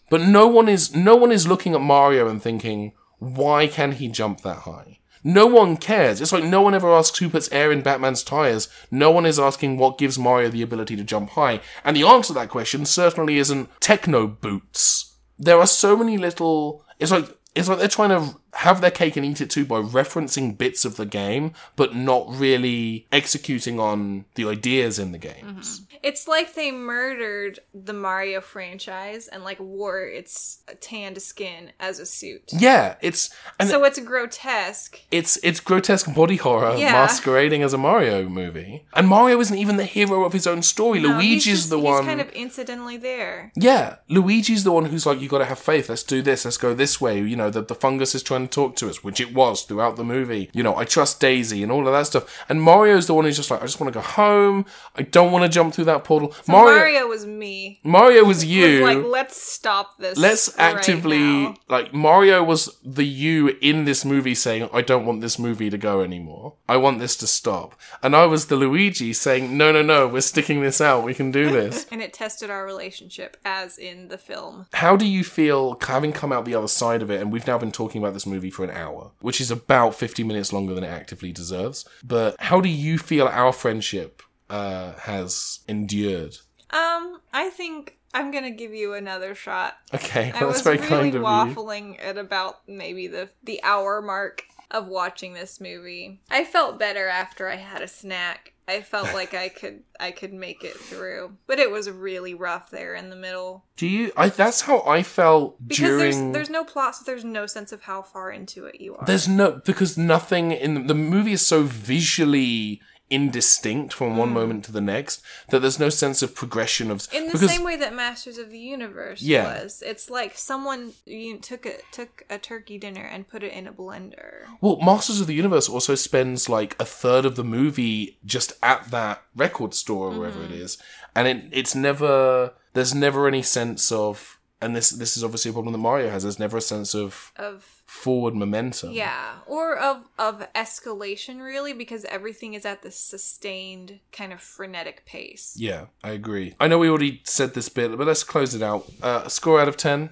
S1: But no one is no one is looking at Mario and thinking, why can he jump that high? No one cares. It's like no one ever asks who puts air in Batman's tires. No one is asking what gives Mario the ability to jump high. And the answer to that question certainly isn't techno boots. There are so many little it's like it's like they're trying to have their cake and eat it too by referencing bits of the game, but not really executing on the ideas in the games.
S2: It's like they murdered the Mario franchise and like wore its tanned skin as a suit.
S1: Yeah, it's and
S2: So it's grotesque.
S1: it's it's grotesque body horror
S2: Yeah.
S1: masquerading as a Mario movie, and Mario isn't even the hero of his own story.
S2: No, Um, he's
S1: Luigi's
S2: just-
S1: the
S2: he's
S1: one.
S2: kind of incidentally there.
S1: Yeah, Luigi's the one who's like, you gotta have faith, let's do this, let's go this way. You know, the, the fungus is trying to talk to us, which it was throughout the movie. You know, I trust Daisy and all of that stuff. And Mario's the one who's just like, I just wanna go home, I don't wanna jump through that portal.
S2: Mario,
S1: Mario, Mario,
S2: was me.
S1: was you.
S2: Was like, let's stop this.
S1: Let's
S2: right
S1: actively
S2: now."
S1: like Mario was the you in this movie saying, I don't want this movie to go anymore. I want this to stop. And I was the Luigi saying, No, no, no, we're sticking this out. We can do this.
S2: And it tested our relationship, as in the film.
S1: How do you feel having come out the other side of it? And we've now been talking about this movie for an hour, which is about 50 minutes longer than it actively deserves. But how do you feel our friendship uh, has endured?
S2: Um, I think I'm gonna give you another shot.
S1: Okay,
S2: I
S1: well,
S2: was
S1: that's very
S2: really
S1: kind of you.
S2: waffling at about maybe the the hour mark of watching this movie. I felt better after I had a snack. I felt like I could I could make it through, but it was really rough there in the middle
S1: Do you? I, that's how I felt
S2: because
S1: during.
S2: there's there's no plot, so there's no sense of how far into it you are.
S1: There's no because nothing in the movie is so visually indistinct from one moment to the next that there's no sense of progression of
S2: Hmm. in the
S1: because
S2: same way that Masters of the Universe
S1: Yeah.
S2: was, it's like someone you took a took a turkey dinner and put it in a blender.
S1: well Masters of the Universe also spends like a third of the movie just at that record store or wherever
S2: Mm-hmm.
S1: it is and it it's never there's never any sense of and this this is obviously a problem that Mario has there's never a sense of
S2: Of
S1: forward momentum
S2: Yeah, or of of escalation really because everything is at this sustained kind of frenetic pace.
S1: yeah I agree I know we already said this bit but let's close it out uh, score out of 10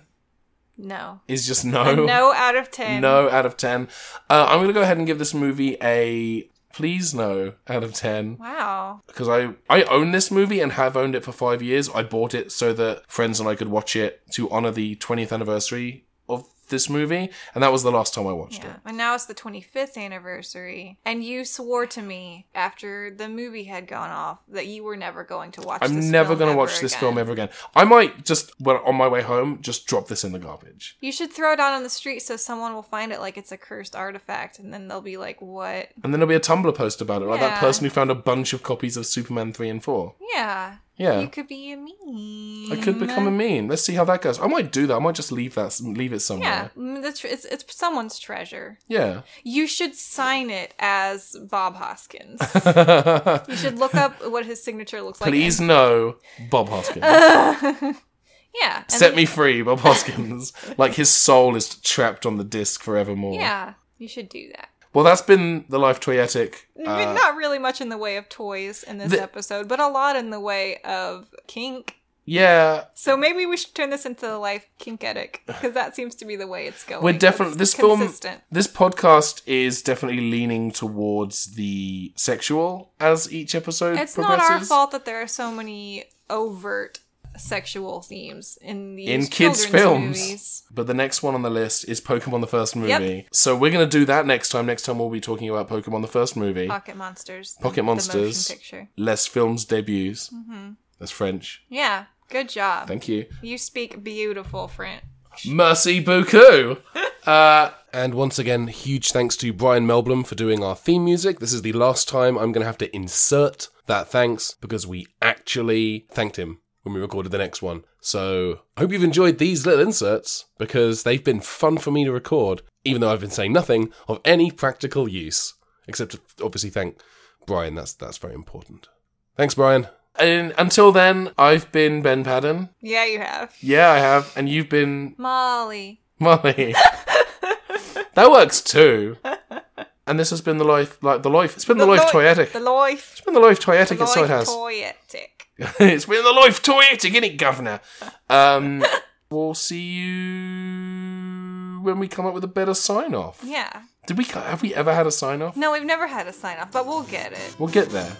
S2: No.
S1: is just
S2: A no out of 10.
S1: No out of 10. Uh, I'm going to go ahead and give this movie a please no out of 10
S2: Wow.
S1: because I, I own this movie and have owned it for five years. I bought it so that friends and I could watch it to honor the 20th anniversary of this movie, and that was the last time I watched
S2: Yeah.
S1: it.
S2: And now it's the 25th anniversary and you swore to me after the movie had gone off that you were never going to watch this
S1: I'm never
S2: film
S1: going to
S2: ever
S1: watch this
S2: again.
S1: film ever again. I might just, well, on my way home, just drop this in the garbage.
S2: You should throw it out on the street so someone will find it like it's a cursed artifact and then they'll be like, "What?"
S1: And then there'll be a Tumblr post about it, like that
S2: Yeah.
S1: person who found a bunch of copies of Superman 3 and 4.
S2: Yeah.
S1: Yeah.
S2: You could be a meme.
S1: I could become a meme. Let's see how that goes. I might do that. I might just leave that, leave it
S2: Yeah,
S1: somewhere.
S2: mm, the tr- it's it's someone's treasure.
S1: Yeah.
S2: You should sign it as Bob Hoskins. you should look up what his signature looks like.
S1: Please no, Bob Hoskins.
S2: Uh. yeah. and
S1: Set
S2: then-
S1: me free, Bob Hoskins. like his soul is trapped on the disc forevermore.
S2: Yeah, you should do that.
S1: Well, that's been the life toyetic.
S2: I mean, not really much in the way of toys in this
S1: Uh, the-
S2: episode, but a lot in the way of kink.
S1: Yeah,
S2: So maybe we should turn this into the life kinketic because that seems to be the way it's going.
S1: we're definitely this
S2: It's consistent.
S1: film, this podcast is definitely leaning towards the sexual as each episode
S2: It's not
S1: progresses.
S2: our fault that there are so many overt sexual themes in these
S1: in kids'
S2: children's
S1: films.
S2: Movies.
S1: But the next one on the list is Pokemon the First Movie.
S2: Yep.
S1: So we're going to do that next time. Next time we'll be talking about Pokemon the First Movie.
S2: Pocket monsters.
S1: Pocket
S2: the motion
S1: Monsters.
S2: picture.
S1: Les Films debuts. That's French.
S2: Yeah. Good job.
S1: Thank you.
S2: You speak beautiful French.
S1: Mercy beaucoup. Uh, and once again, huge thanks to Brian Melblom for doing our theme music. This is the last time I'm going to have to insert that thanks because we actually thanked him when we recorded the next one. So I hope you've enjoyed these little inserts because they've been fun for me to record, even though I've been saying nothing of any practical use. Except to obviously thank Brian. That's that's very important. Thanks, Brian. And until then, I've been Ben Padden.
S2: Yeah, you have.
S1: Yeah, I have. And you've been
S2: Molly.
S1: Molly. that works too. And this has been the life, like the life. It's been the, life
S2: lo-
S1: toyetic.
S2: The life.
S1: it's been the life toyetic.
S2: The
S1: It's so it
S2: life
S1: has.
S2: toyetic.
S1: it's been the life toyetic, innit, governor? Um, we'll see you when we come up with a better sign off.
S2: Yeah.
S1: Did we? Have we ever had a sign off?
S2: No, we've never had a sign off, but we'll get it.
S1: We'll get there.